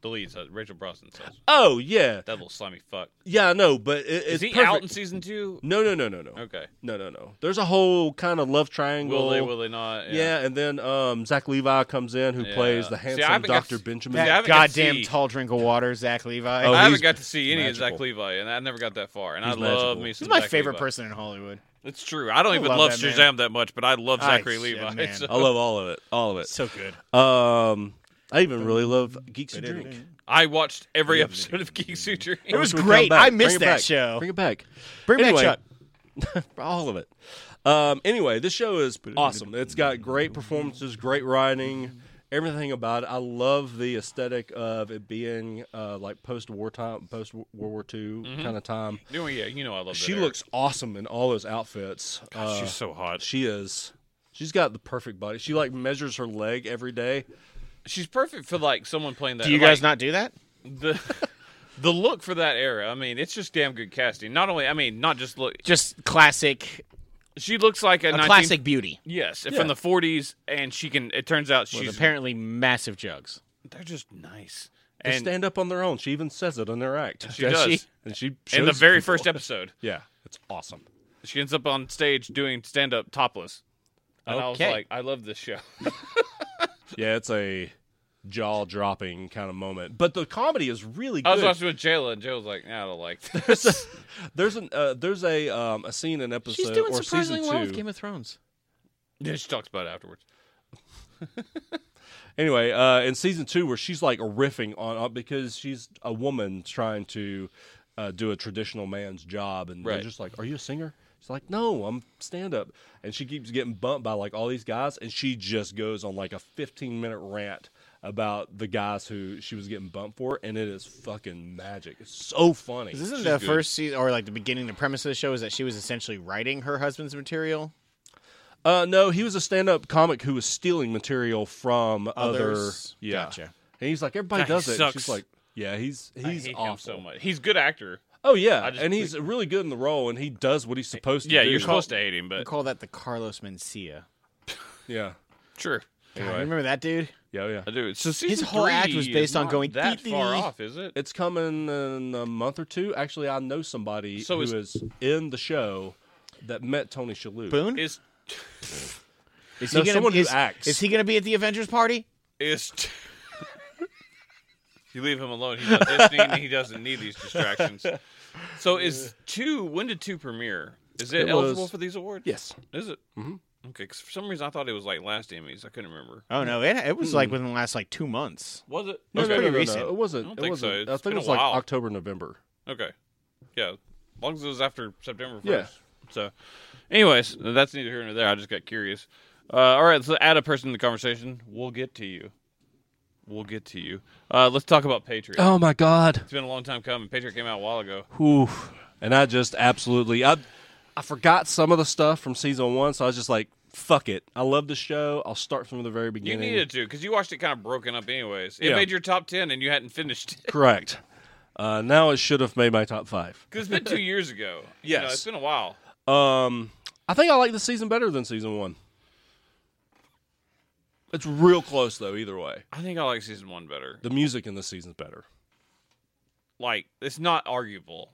Speaker 1: The lead's hus- Rachel Brosnan says
Speaker 3: oh yeah,
Speaker 1: that little slimy fuck.
Speaker 3: yeah, I know. But it, it's
Speaker 1: Is he
Speaker 3: perfect.
Speaker 1: out in season two?
Speaker 3: No, no, no, no, no.
Speaker 1: Okay.
Speaker 3: No, no, no. There's a whole kind of love triangle.
Speaker 1: Will they? Will they not?
Speaker 3: yeah. and then um, Zach Levi comes in, who
Speaker 1: Yeah.
Speaker 3: plays the
Speaker 1: See, I
Speaker 3: handsome
Speaker 1: haven't got-
Speaker 3: Doctor Benjamin.
Speaker 1: See, I
Speaker 2: That
Speaker 1: haven't got to
Speaker 2: goddamn
Speaker 1: see-
Speaker 2: tall drink of water, Zach Levi.
Speaker 3: Oh,
Speaker 1: I haven't
Speaker 3: he's
Speaker 1: got to see any of Zach
Speaker 3: magical.
Speaker 1: Levi, and I never got that far. And I
Speaker 3: He's
Speaker 1: love
Speaker 3: magical.
Speaker 1: me. some
Speaker 2: He's my
Speaker 1: Zach
Speaker 2: favorite
Speaker 1: Levi.
Speaker 2: person in Hollywood.
Speaker 1: It's true. I don't even love,
Speaker 2: love that
Speaker 1: Shazam
Speaker 2: man.
Speaker 1: that much, but I love
Speaker 2: Ah,
Speaker 1: Zachary
Speaker 2: shit,
Speaker 1: Levi.
Speaker 2: man.
Speaker 1: so-
Speaker 3: I love all of it. All of it.
Speaker 2: So good.
Speaker 3: um, I even really love Geeks and Drink.
Speaker 1: I watched every episode of Geek Suture. (laughs)
Speaker 2: It was
Speaker 3: We'll come
Speaker 2: great.
Speaker 3: back.
Speaker 2: I
Speaker 3: Bring
Speaker 2: missed
Speaker 3: it
Speaker 2: that
Speaker 3: back.
Speaker 2: show.
Speaker 3: Bring it back.
Speaker 2: Bring
Speaker 3: anyway,
Speaker 2: back
Speaker 3: (laughs) all of it. Um, anyway, this show is awesome. It's got great performances, great writing. everything about it. I love the aesthetic of it being uh, like post war time, post World War II
Speaker 2: Mm-hmm.
Speaker 3: kind of time.
Speaker 1: Doing yeah, you know I love. that
Speaker 3: She
Speaker 1: era.
Speaker 3: looks awesome in all those outfits.
Speaker 1: God,
Speaker 3: Uh,
Speaker 1: she's so hot.
Speaker 3: she is. She's got the perfect body. She like measures her leg every day.
Speaker 1: she's perfect for like someone playing that.
Speaker 2: Do you
Speaker 1: like,
Speaker 2: guys not do that?
Speaker 1: the (laughs) the look for that era? I mean, it's just damn good casting. Not only, I mean, not just look.
Speaker 2: Just classic,
Speaker 1: She looks like a,
Speaker 2: a
Speaker 1: 19
Speaker 2: classic beauty
Speaker 1: Yes,
Speaker 3: Yeah.
Speaker 1: from the 40s, and she can. It turns out
Speaker 2: with
Speaker 1: she's
Speaker 2: apparently massive jugs.
Speaker 1: They're just nice.
Speaker 3: They
Speaker 1: And
Speaker 3: stand up on their own. She even says it in their act.
Speaker 1: she does.
Speaker 2: she?
Speaker 3: And she
Speaker 1: In the
Speaker 3: shows
Speaker 1: very
Speaker 3: people.
Speaker 1: first episode,
Speaker 3: Yeah, it's awesome.
Speaker 1: she ends up on stage doing stand up topless. And I was
Speaker 2: Okay.
Speaker 1: like, I love this show.
Speaker 3: Yeah, it's a jaw dropping kind of moment. But the comedy is really good.
Speaker 1: I was watching with Jayla, and Jayla was like, nah, I don't (laughs) like this.
Speaker 3: there's a there's an uh, there's a um a scene in episode
Speaker 2: She's doing
Speaker 3: or season
Speaker 2: surprisingly
Speaker 3: two.
Speaker 2: well with Game of Thrones.
Speaker 1: Yeah, she talks about it afterwards.
Speaker 3: anyway, uh, in season two where she's like riffing on on- because she's a woman trying to uh, do a traditional man's job, and
Speaker 1: Right.
Speaker 3: they're just like, "Are you a singer?" She's like, "No, I'm stand up," and she keeps getting bumped by like all these guys, and she just goes on like a 15 minute rant about the guys who she was getting bumped for, and it is fucking magic. It's so funny.
Speaker 2: This isn't the first season, or like the beginning. The premise of the show is that she was essentially writing her husband's material.
Speaker 3: Uh, no, he was a stand-up comic who was stealing material from
Speaker 2: Others.
Speaker 3: other. Yeah,
Speaker 2: Gotcha.
Speaker 3: and he's like, everybody
Speaker 1: God, he
Speaker 3: does it. And
Speaker 1: sucks.
Speaker 3: She's like, yeah, he's
Speaker 1: I
Speaker 3: he's
Speaker 1: hate him
Speaker 3: awful.
Speaker 1: so much. He's a good actor.
Speaker 3: Oh yeah,
Speaker 1: just-
Speaker 3: and he's really good in the role, and he does what he's supposed to.
Speaker 1: Yeah,
Speaker 3: do.
Speaker 1: you're supposed to hate him,
Speaker 2: We
Speaker 1: but
Speaker 2: call that the Carlos Mencia.
Speaker 3: Yeah,
Speaker 1: (laughs) sure.
Speaker 2: God, Remember that dude?
Speaker 3: yeah, yeah.
Speaker 1: I do. So season
Speaker 2: whole
Speaker 1: three
Speaker 2: act was
Speaker 1: is
Speaker 2: based on
Speaker 1: not
Speaker 2: going,
Speaker 1: that
Speaker 2: "Dee, dee,
Speaker 1: far
Speaker 2: dee."
Speaker 1: off, is it?
Speaker 3: It's coming in a month or two. Actually, I know somebody
Speaker 1: So
Speaker 3: who
Speaker 1: is-
Speaker 3: is, in the show that met Tony Shalhoub.
Speaker 2: Boone?
Speaker 1: Is
Speaker 2: Is
Speaker 3: No,
Speaker 2: gonna-
Speaker 3: someone who
Speaker 2: is-
Speaker 3: acts.
Speaker 2: Is he going to be at the Avengers party?
Speaker 1: is (laughs) you leave him alone. He's not listening. he doesn't need these distractions. (laughs) So is two? When did two premiere? Is it,
Speaker 3: It
Speaker 1: eligible
Speaker 3: was-
Speaker 1: for these awards?
Speaker 3: Yes.
Speaker 1: Is it? Mm-hmm. Okay, because for some reason I thought it was like last Emmys. I couldn't remember.
Speaker 2: Oh no, it, it was like within the last like two months.
Speaker 1: Was it?
Speaker 3: No,
Speaker 1: okay.
Speaker 3: no, no,
Speaker 2: pretty
Speaker 3: no,
Speaker 2: recent.
Speaker 3: no. It wasn't.
Speaker 1: I don't
Speaker 3: it
Speaker 1: think so.
Speaker 3: wasn't. I
Speaker 1: It's
Speaker 3: think
Speaker 1: been
Speaker 3: it
Speaker 1: a
Speaker 3: was like
Speaker 1: while.
Speaker 3: October, November.
Speaker 1: Okay. Yeah. As long as it was after September 1st.
Speaker 3: Yeah.
Speaker 1: So, anyways, that's neither here nor there. I just got curious. Uh, all right, let's add a person to the conversation. We'll get to you. We'll get to you. Uh, let's talk about Patriot.
Speaker 3: Oh my God.
Speaker 1: It's been a long time coming. Patriot came out a while ago.
Speaker 3: Whew. And I just absolutely I I forgot some of the stuff from season one, so I was just like, fuck it. I love the show. I'll start from the very
Speaker 1: You
Speaker 3: beginning.
Speaker 1: needed to because you watched it kind of broken up, anyways. It
Speaker 3: Yeah.
Speaker 1: made your top ten, and you hadn't finished it (laughs)
Speaker 3: Correct. Uh, now it should have made my top five.
Speaker 1: because it's been
Speaker 3: (laughs)
Speaker 1: two years ago. You know,
Speaker 3: Yes.
Speaker 1: it's been a while.
Speaker 3: Um, I think I like the season better than season one. It's real close though. Either way,
Speaker 1: I think I like season one better.
Speaker 3: the music in this season's better.
Speaker 1: Like it's not arguable.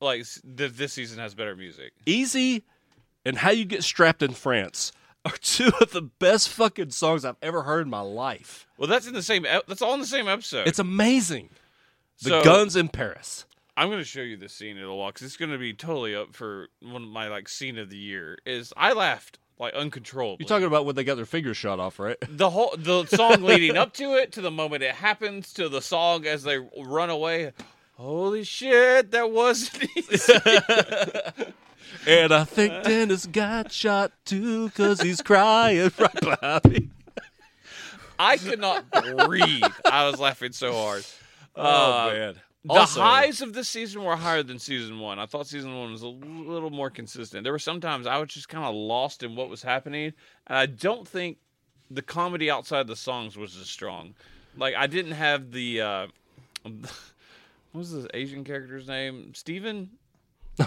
Speaker 1: Like s- th- this season has better music.
Speaker 3: Easy and How You Get Strapped in France are (laughs) two of the best fucking songs I've ever heard in my life.
Speaker 1: Well, that's in the same. ep- That's all in the same episode.
Speaker 3: It's amazing. The
Speaker 1: So-
Speaker 3: guns in Paris.
Speaker 1: I'm going to show you this scene at a walk. 'cause It's going to be totally up for one of my like scene of the year. Is I laughed like uncontrollably.
Speaker 3: You're talking about when they got their fingers shot off, right?
Speaker 1: the whole the song leading up to it, to the moment it happens, to the song as they run away. Holy shit, that wasn't (laughs) easy.
Speaker 3: (laughs) And I think (laughs) Dennis got shot too because he's (laughs) crying right behind me.
Speaker 1: I could not breathe. I was laughing so hard.
Speaker 3: Oh man!
Speaker 1: The highs of this season were higher than season one. I thought season one was a little more consistent. There were some times I was just kind of lost in what was happening. And I don't think the comedy outside the songs was as strong. Like I didn't have the uh, (laughs) what was this Asian character's name? Steven?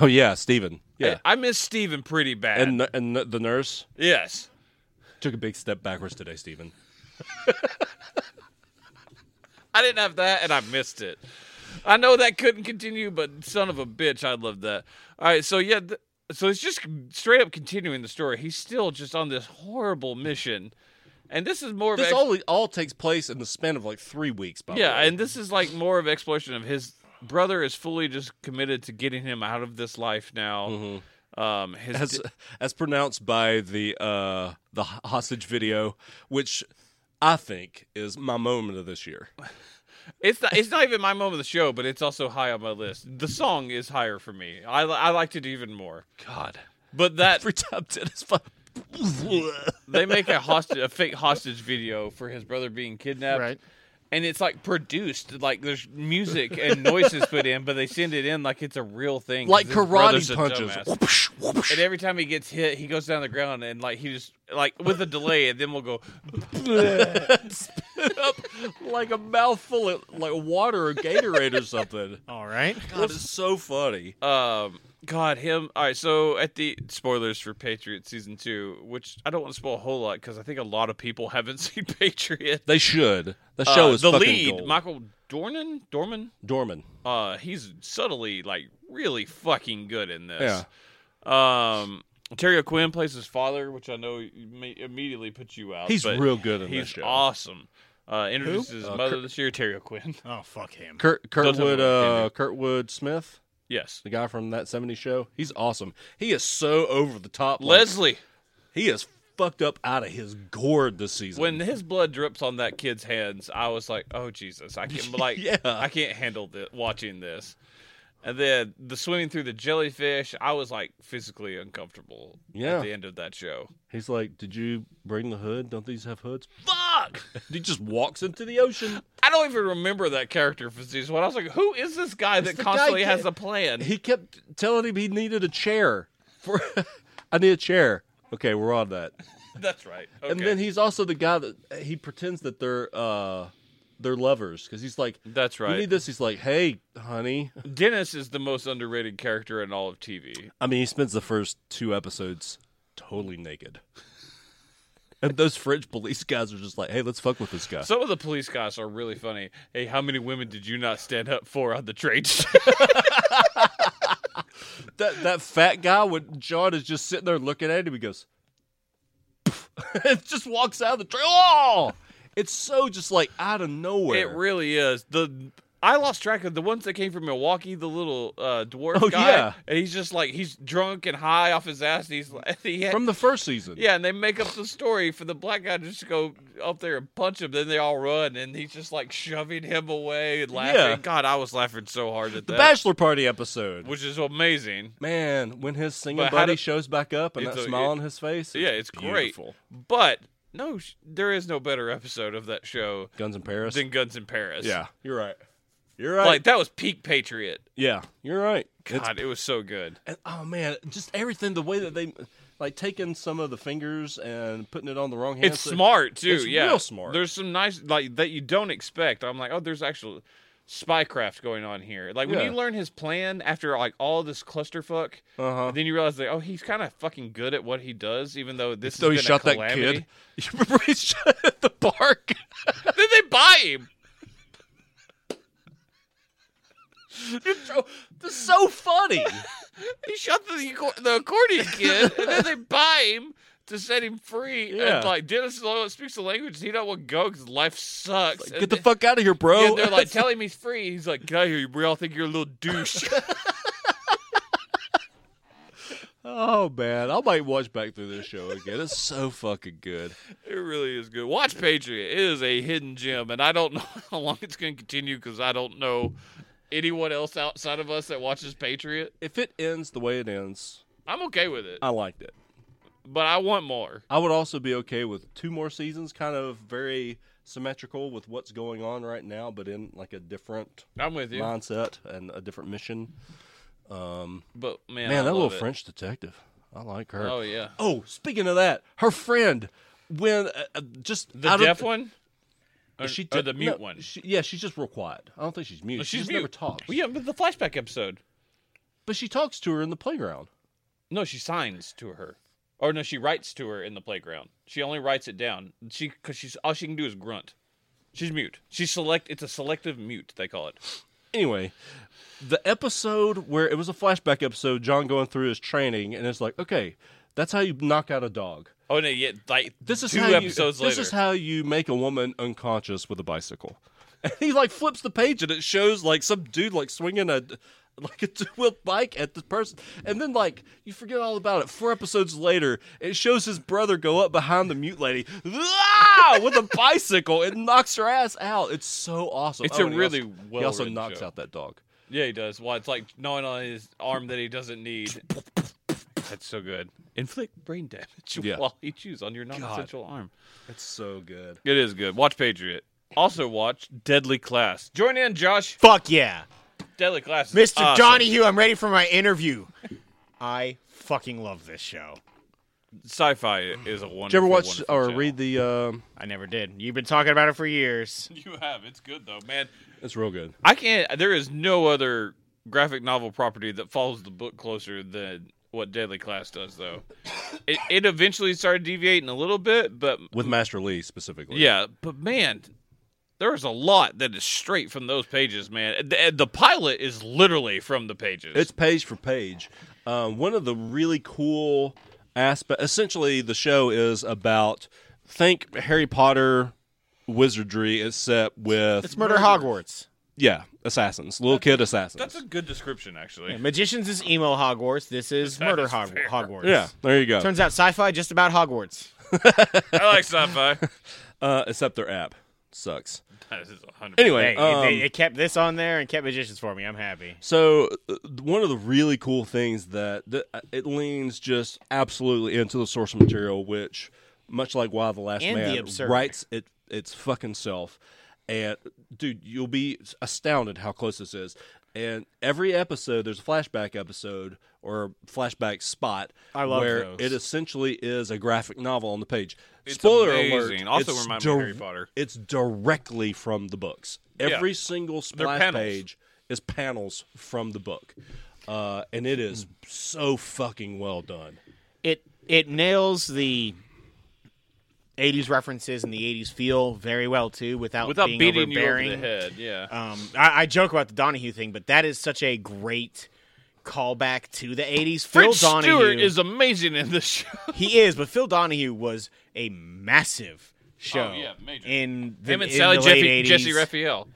Speaker 3: Oh yeah, Steven. Yeah,
Speaker 1: I, I miss Steven pretty bad.
Speaker 3: and and the nurse
Speaker 1: yes.
Speaker 3: took a big step backwards today, Steven.
Speaker 1: I didn't have that, and I missed it. I know that couldn't continue, but son of a bitch, I love that. All right, so yeah, th- so it's just straight up continuing the story. He's still just on this horrible mission, and this is more of
Speaker 3: This
Speaker 1: ex-
Speaker 3: all all takes place in the span of like three weeks. By
Speaker 1: yeah,
Speaker 3: the way.
Speaker 1: and this is like more of exploration of his brother is fully just committed to getting him out of this life now. Um, his
Speaker 3: Mm-hmm. as as pronounced by the uh the hostage video, which I think is my moment of this year.
Speaker 1: It's not, it's not even my moment of the show, but it's also high on my list. The song is higher for me. I, li- I liked it even more.
Speaker 3: God,
Speaker 1: But that (laughs)
Speaker 3: every time Dennis fu-
Speaker 1: they make a hostage, a fake hostage video for his brother being kidnapped,
Speaker 2: Right.
Speaker 1: And it's like produced, like there's music and noises put in, but they send it in like it's a real thing, 'cause
Speaker 3: like
Speaker 1: his brother's
Speaker 3: karate
Speaker 1: a
Speaker 3: punches.
Speaker 1: dumbass.
Speaker 3: Whoosh, whoosh.
Speaker 1: And every time he gets hit, he goes down the ground and like he just like with a delay, and then we'll go.
Speaker 3: Spit up (laughs) like a mouthful of like water or Gatorade or something.
Speaker 2: All right.
Speaker 3: God, it's so funny.
Speaker 1: Um, God, him. All right, so at the spoilers for Patriot season two, which I don't want to spoil a whole lot because I think a lot of people (laughs) haven't seen Patriot.
Speaker 3: They should. The show
Speaker 1: Uh,
Speaker 3: is
Speaker 1: the
Speaker 3: fucking
Speaker 1: lead,
Speaker 3: gold.
Speaker 1: Michael Dornan. Dorman.
Speaker 3: Dorman.
Speaker 1: Uh, he's subtly like really fucking good in
Speaker 3: Yeah.
Speaker 1: this. Yeah. Um, Terry O'Quinn plays his father, which I know may immediately puts you out.
Speaker 3: He's
Speaker 1: but
Speaker 3: real good in
Speaker 1: He's
Speaker 3: this show.
Speaker 1: awesome. Uh, introduces his
Speaker 3: Uh,
Speaker 1: mother
Speaker 3: Kurt-
Speaker 1: this year, Terry O'Quinn. (laughs)
Speaker 2: Oh fuck him.
Speaker 3: Kurt
Speaker 1: Don't tell me
Speaker 3: Kurtwood
Speaker 1: what
Speaker 3: uh Kurtwood Smith,
Speaker 1: Yes,
Speaker 3: the guy from that 70s show. He's awesome. He is so over the top. like,
Speaker 1: Leslie.
Speaker 3: he is fucked up out of his gourd this season.
Speaker 1: When his blood drips on that kid's hands, I was like, "Oh Jesus, I
Speaker 3: (laughs)
Speaker 1: can't like,
Speaker 3: Yeah.
Speaker 1: I can't handle this, watching this." And then the swimming through the jellyfish, I was like physically uncomfortable
Speaker 3: Yeah.
Speaker 1: at the end of that show.
Speaker 3: he's like, "Did you bring the hood? Don't these have hoods?"
Speaker 1: (laughs)
Speaker 3: Fuck! (laughs) he just walks into the ocean.
Speaker 1: I don't even remember that character for season one. I was like, who is this guy that
Speaker 3: the
Speaker 1: constantly
Speaker 3: guy-
Speaker 1: has a plan?
Speaker 3: He kept telling him he needed a chair. For (laughs) I need a chair. Okay, we're on that.
Speaker 1: (laughs) That's right. Okay.
Speaker 3: And then he's also the guy that he pretends that they're uh they're lovers because he's like,
Speaker 1: That's
Speaker 3: "You
Speaker 1: right.
Speaker 3: need this." He's like, "Hey, honey."
Speaker 1: Dennis is the most underrated character in all of TV.
Speaker 3: I mean, he spends the first two episodes totally naked. And those French police guys are just like, "Hey, let's fuck with this guy."
Speaker 1: Some of the police guys are really funny. Hey, how many women did you not stand up for on the train?
Speaker 3: that that fat guy when John is just sitting there looking at him, he goes, (laughs) and just walks out of the train. Oh, it's so just like out of
Speaker 1: (laughs)
Speaker 3: nowhere.
Speaker 1: it really is. The I lost track of the ones that came from Milwaukee, the little uh, dwarf
Speaker 3: Oh,
Speaker 1: guy.
Speaker 3: yeah.
Speaker 1: And he's just like he's drunk and high off his ass and he's (laughs) like he had-
Speaker 3: From the first season,
Speaker 1: Yeah, and they make up the story for the black guy to just go up there and punch him. Then they all run, and he's just like shoving him away and laughing.
Speaker 3: Yeah.
Speaker 1: God, I was laughing so hard at
Speaker 3: the
Speaker 1: that,
Speaker 3: bachelor party episode.
Speaker 1: which is amazing.
Speaker 3: Man, when his singing
Speaker 1: But how
Speaker 3: buddy
Speaker 1: do-
Speaker 3: shows back up and
Speaker 1: It's
Speaker 3: that
Speaker 1: a-
Speaker 3: smile on his face,
Speaker 1: yeah, it's
Speaker 3: beautiful.
Speaker 1: great. But no, sh- there is no better episode of that show
Speaker 3: Guns in Paris.
Speaker 1: than Guns in Paris.
Speaker 3: Yeah, you're right. You're right.
Speaker 1: like that was peak Patriot.
Speaker 3: yeah, you're right. It's
Speaker 1: God, it was so good.
Speaker 3: And, oh man, just everything the way that they like taking some of the fingers and putting it on the wrong hand.
Speaker 1: It's smart too.
Speaker 3: it's
Speaker 1: yeah,
Speaker 3: real smart.
Speaker 1: There's some nice like that you don't expect. I'm like, oh, there's actual spycraft going on here. Like when
Speaker 3: Yeah.
Speaker 1: you learn his plan after like all this clusterfuck,
Speaker 3: Uh-huh.
Speaker 1: then you realize like, oh, he's kind of fucking good at what he does, even though this.
Speaker 3: So
Speaker 1: has been
Speaker 3: he
Speaker 1: a
Speaker 3: shot that
Speaker 1: calamity.
Speaker 3: kid. You remember he shot at the (laughs) park?
Speaker 1: then they buy him.
Speaker 3: This is so funny.
Speaker 1: He shot the acco- the
Speaker 3: (laughs)
Speaker 1: accordion kid, and then they buy him. To set him free,
Speaker 3: Yeah.
Speaker 1: and like Dennis Lo- speaks the language, he don't want to go because life sucks. and
Speaker 3: Get the
Speaker 1: then-
Speaker 3: fuck out of here, bro.
Speaker 1: Yeah, they're
Speaker 3: (laughs)
Speaker 1: like, tell him he's free. He's like, get out of here. We all think you're a little douche. (laughs)
Speaker 3: oh man, I might watch back through this show again. It's so fucking good.
Speaker 1: It really is good. Watch Patriot. It is a hidden gem, and I don't (laughs) know how long it's going to continue because I don't know anyone else outside of us that watches Patriot.
Speaker 3: If it ends the way it ends,
Speaker 1: I'm okay with it,
Speaker 3: I liked it.
Speaker 1: but I want more.
Speaker 3: I would also be okay with two more seasons, kind of very symmetrical with what's going on right now, but in like a different
Speaker 1: I'm with you,
Speaker 3: mindset and a different mission.
Speaker 1: but man, I
Speaker 3: Man, that
Speaker 1: love
Speaker 3: little
Speaker 1: it.
Speaker 3: French detective, I like her.
Speaker 1: Oh yeah,
Speaker 3: Oh, speaking of that, her friend when uh, uh, just
Speaker 1: the
Speaker 3: out of-
Speaker 1: deaf one. Or,
Speaker 3: she
Speaker 1: or
Speaker 3: did-
Speaker 1: the mute
Speaker 3: no,
Speaker 1: one. Oh,
Speaker 3: she- yeah, she's just real quiet. I don't think she's mute.
Speaker 1: She's
Speaker 3: she just
Speaker 1: mute.
Speaker 3: never talks.
Speaker 1: Well, yeah, but the flashback episode.
Speaker 3: But she talks to her in the playground.
Speaker 1: No, she signs to her, or no, she writes to her in the playground. She only writes it down. She because she's all she can do is grunt. She's mute. She's select. It's a selective mute. They call it.
Speaker 3: Anyway, the episode where it was a flashback episode, John going through his training, and it's like, okay, that's how you knock out a dog.
Speaker 1: Oh no! Yeah, like
Speaker 3: This is
Speaker 1: two
Speaker 3: how you-
Speaker 1: episodes later.
Speaker 3: This is how you make a woman unconscious with a bicycle. (laughs) And he like flips the page and it shows like some dude like swinging a like a two wheel bike at the person, and then like you forget all about it. Four episodes later, it shows his brother go up behind the mute lady "Ah!" with a (laughs) bicycle and knocks her ass out. It's so awesome.
Speaker 1: It's a
Speaker 3: and he
Speaker 1: really
Speaker 3: also, he also
Speaker 1: well-written
Speaker 3: knocks
Speaker 1: show.
Speaker 3: out that dog.
Speaker 1: yeah, he does. Well, it's like gnawing on his arm that he doesn't need. That's so good. Inflict brain damage
Speaker 4: Yeah.
Speaker 1: while he chews on your non-essential arm.
Speaker 3: It's so good.
Speaker 1: It is good. Watch Patriot. Also watch Deadly Class. Join in, Josh.
Speaker 2: Fuck yeah.
Speaker 1: Deadly Class, is
Speaker 2: Mr.
Speaker 1: awesome.
Speaker 2: Donahue, I'm ready for my interview. I fucking love this show.
Speaker 1: Sci-fi is a wonderful.
Speaker 3: Did you ever watch
Speaker 1: wonderful
Speaker 3: or
Speaker 1: channel.
Speaker 3: read the? Um,
Speaker 2: I never did. You've been talking about it for years.
Speaker 1: You have. It's good though, man.
Speaker 3: it's real good.
Speaker 1: I can't. There is no other graphic novel property that follows the book closer than what Deadly Class does,
Speaker 3: (coughs)
Speaker 1: though. It, it eventually started deviating a little bit, but
Speaker 3: With Master Lee specifically.
Speaker 1: yeah, but man, there's a lot that is straight from those pages, man. The, the pilot is literally from the pages.
Speaker 3: It's page for page. Um, one of the really cool aspect, essentially, the show is about think Harry Potter wizardry, except with
Speaker 2: It's Murder Hogwarts.
Speaker 3: yeah, assassins, little kid assassins.
Speaker 1: that's a good description, actually.
Speaker 2: Yeah, Magicians is emo Hogwarts. This is
Speaker 1: That
Speaker 2: Murder (laughs)
Speaker 1: is
Speaker 2: Hog-
Speaker 1: fair.
Speaker 2: Hogwarts.
Speaker 3: yeah, there you go.
Speaker 2: Turns out sci-fi just about Hogwarts.
Speaker 1: I like sci-fi.
Speaker 3: uh, except their app sucks.
Speaker 1: (laughs) That is 100%.
Speaker 2: Hey,
Speaker 3: Anyway, um,
Speaker 2: they, they kept this on there and kept magicians for me. I'm happy.
Speaker 3: So uh, one of the really cool things that, that uh, it leans just absolutely into the source material, which much like Why the Last
Speaker 2: And the
Speaker 3: Man
Speaker 2: absurd.
Speaker 3: writes it its fucking self. And dude, you'll be astounded how close this is. And every episode, there's a flashback episode or flashback spot
Speaker 2: I love
Speaker 3: where
Speaker 2: those.
Speaker 3: it essentially is a graphic novel on the page.
Speaker 1: It's
Speaker 3: Spoiler
Speaker 1: amazing.
Speaker 3: alert!
Speaker 1: Also
Speaker 3: it's
Speaker 1: remind me of Harry Potter.
Speaker 3: It's directly from the books.
Speaker 1: Yeah.
Speaker 3: Every single splash
Speaker 1: panels.
Speaker 3: page is panels from the book. Uh, and it is so fucking well done.
Speaker 2: It it nails the 80s references and the 80s feel very well too, without
Speaker 1: Without
Speaker 2: being
Speaker 1: beating you over
Speaker 2: overbearing.
Speaker 1: the head, yeah.
Speaker 2: Um, I, I joke about the Donahue thing, but that is such a great callback to the 80s. Phil
Speaker 1: Fritz
Speaker 2: Donahue
Speaker 1: Stewart is amazing in this show.
Speaker 2: he is, but Phil Donahue was a massive show
Speaker 1: Oh, yeah, major.
Speaker 2: in the,
Speaker 1: Him and
Speaker 2: in
Speaker 1: Sally
Speaker 2: the
Speaker 1: Jeffy,
Speaker 2: late 80s.
Speaker 1: Jesse Raphael.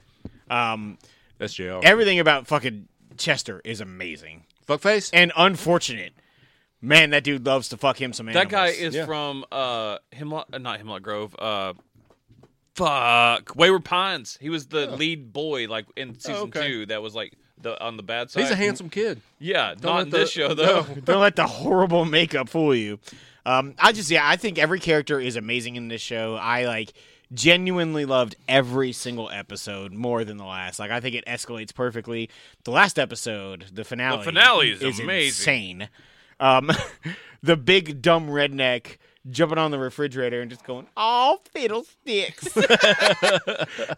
Speaker 2: Um,
Speaker 3: That's JR.
Speaker 2: everything about fucking Chester is amazing.
Speaker 3: Fuckface?
Speaker 2: and unfortunate. Man, that dude loves to fuck him some animals.
Speaker 1: That guy is
Speaker 3: Yeah.
Speaker 1: from uh Hemlock, uh, not Hemlock Grove. Uh, fuck, Wayward Pines. He was the lead boy, like in season
Speaker 3: okay.
Speaker 1: two. That was like the on the bad side.
Speaker 3: He's a handsome kid.
Speaker 1: Yeah, not
Speaker 3: let
Speaker 1: in this
Speaker 3: the-
Speaker 1: show though.
Speaker 2: Don't let the horrible makeup fool you. Um, I just yeah, I think every character is amazing in this show. I like genuinely loved every single episode more than the last. Like I think it escalates perfectly. The last episode, the finale,
Speaker 1: The finale is amazing.
Speaker 2: insane. Um, (laughs) the big dumb redneck jumping on the refrigerator and just going, "All fiddlesticks!" (laughs)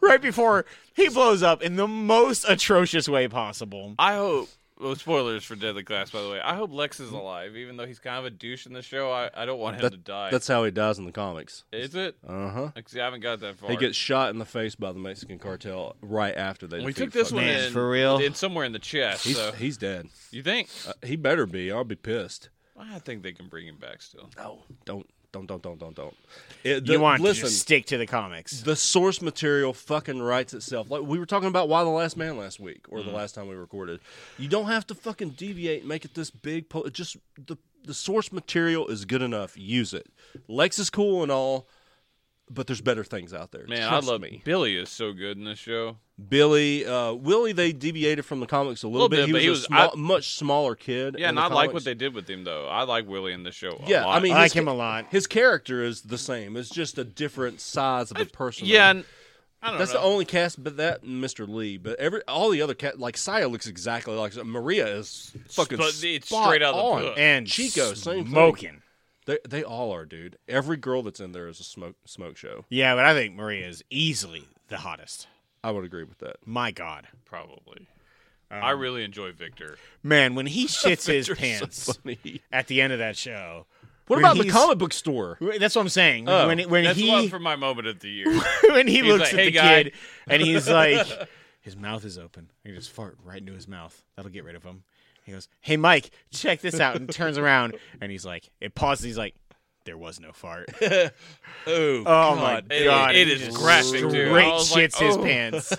Speaker 2: right before he blows up in the most atrocious way possible.
Speaker 1: I hope. Well, spoilers for Deadly Class, by the way. I hope Lex is alive, even though he's kind of a douche in the show. I, I don't want him to die.
Speaker 3: That's how he dies in the comics.
Speaker 1: is it?
Speaker 3: Uh huh.
Speaker 1: Because I haven't got that far.
Speaker 3: He gets shot in the face by the Mexican cartel right after they.
Speaker 1: we
Speaker 3: defeat
Speaker 1: took this
Speaker 3: Fuck-
Speaker 1: one
Speaker 2: Man,
Speaker 1: in,
Speaker 2: for real?
Speaker 1: in somewhere in the chest.
Speaker 3: He's,
Speaker 1: so.
Speaker 3: he's dead.
Speaker 1: you think?
Speaker 3: Uh, he better be. I'll be pissed.
Speaker 1: I think they can bring him back still.
Speaker 3: No, don't, don't, don't, don't, don't, don't. It- the-
Speaker 2: you want
Speaker 3: listen,
Speaker 2: to just stick to the comics.
Speaker 3: the source material fucking writes itself. Like we were talking about Why the Last Man last week or the
Speaker 1: Mm-hmm.
Speaker 3: last time we recorded. You don't have to fucking deviate and make it this big po- just the the source material is good enough. Use it. Lex is cool and all, but there's better things out there.
Speaker 1: Man,
Speaker 3: Trust
Speaker 1: I love
Speaker 3: me.
Speaker 1: Billy is so good in this show.
Speaker 3: Billy, uh, Willie, they deviated from the comics a little,
Speaker 1: Little bit,
Speaker 3: He
Speaker 1: but
Speaker 3: was,
Speaker 1: he
Speaker 3: a
Speaker 1: was-
Speaker 3: small,
Speaker 1: I-
Speaker 3: much smaller kid.
Speaker 1: Yeah,
Speaker 3: in
Speaker 1: and
Speaker 3: the
Speaker 1: I like what
Speaker 3: comics.
Speaker 1: they did with him though. I like Willie in the show. a
Speaker 3: Yeah, I
Speaker 1: lot.
Speaker 3: mean,
Speaker 2: I like
Speaker 3: his-
Speaker 2: him a lot.
Speaker 3: His character is the same. It's just a different size of a person.
Speaker 1: yeah, and I don't
Speaker 3: That's
Speaker 1: know.
Speaker 3: the only cast, but that and Mr. Lee. But every all the other cast, like Saya looks exactly like Maria is fucking
Speaker 1: But it's
Speaker 3: spot
Speaker 1: straight out of the
Speaker 3: on.
Speaker 1: book.
Speaker 2: and
Speaker 3: Chico, same thing.
Speaker 2: smoking.
Speaker 3: They they all are, dude. Every girl that's in there is a smoke smoke show.
Speaker 2: Yeah, but I think Maria is easily the hottest.
Speaker 3: I would agree with that.
Speaker 2: My God,
Speaker 1: probably.
Speaker 2: Um,
Speaker 1: I really enjoy Victor.
Speaker 2: man, when
Speaker 3: (laughs)
Speaker 2: he shits his
Speaker 3: They're so
Speaker 2: pants
Speaker 3: (laughs) funny.
Speaker 2: at the end of that show.
Speaker 3: What
Speaker 2: when
Speaker 3: about the Oh,
Speaker 2: he's-
Speaker 3: comic
Speaker 1: (laughs)
Speaker 3: book store?
Speaker 2: That's what I'm saying. when when
Speaker 1: That's one
Speaker 2: he
Speaker 1: for my moment of the year.
Speaker 2: (laughs) when he
Speaker 1: He's
Speaker 2: looks
Speaker 1: like,
Speaker 2: at
Speaker 1: "Hey,
Speaker 2: the
Speaker 1: guy."
Speaker 2: kid and he's
Speaker 3: (laughs)
Speaker 2: like, his mouth is open. I can just fart right into his mouth. That'll get rid of him. He goes, "Hey, Mike, check this out," and turns
Speaker 3: (laughs)
Speaker 2: around and he's like, it pauses. He's like, "There was no fart."
Speaker 3: Oh,
Speaker 2: Oh my
Speaker 1: It-
Speaker 2: god,
Speaker 1: it
Speaker 2: he
Speaker 1: is
Speaker 2: just
Speaker 1: graphic, dude.
Speaker 2: Straight
Speaker 1: I was like,
Speaker 2: shits his
Speaker 1: "Oh."
Speaker 2: pants.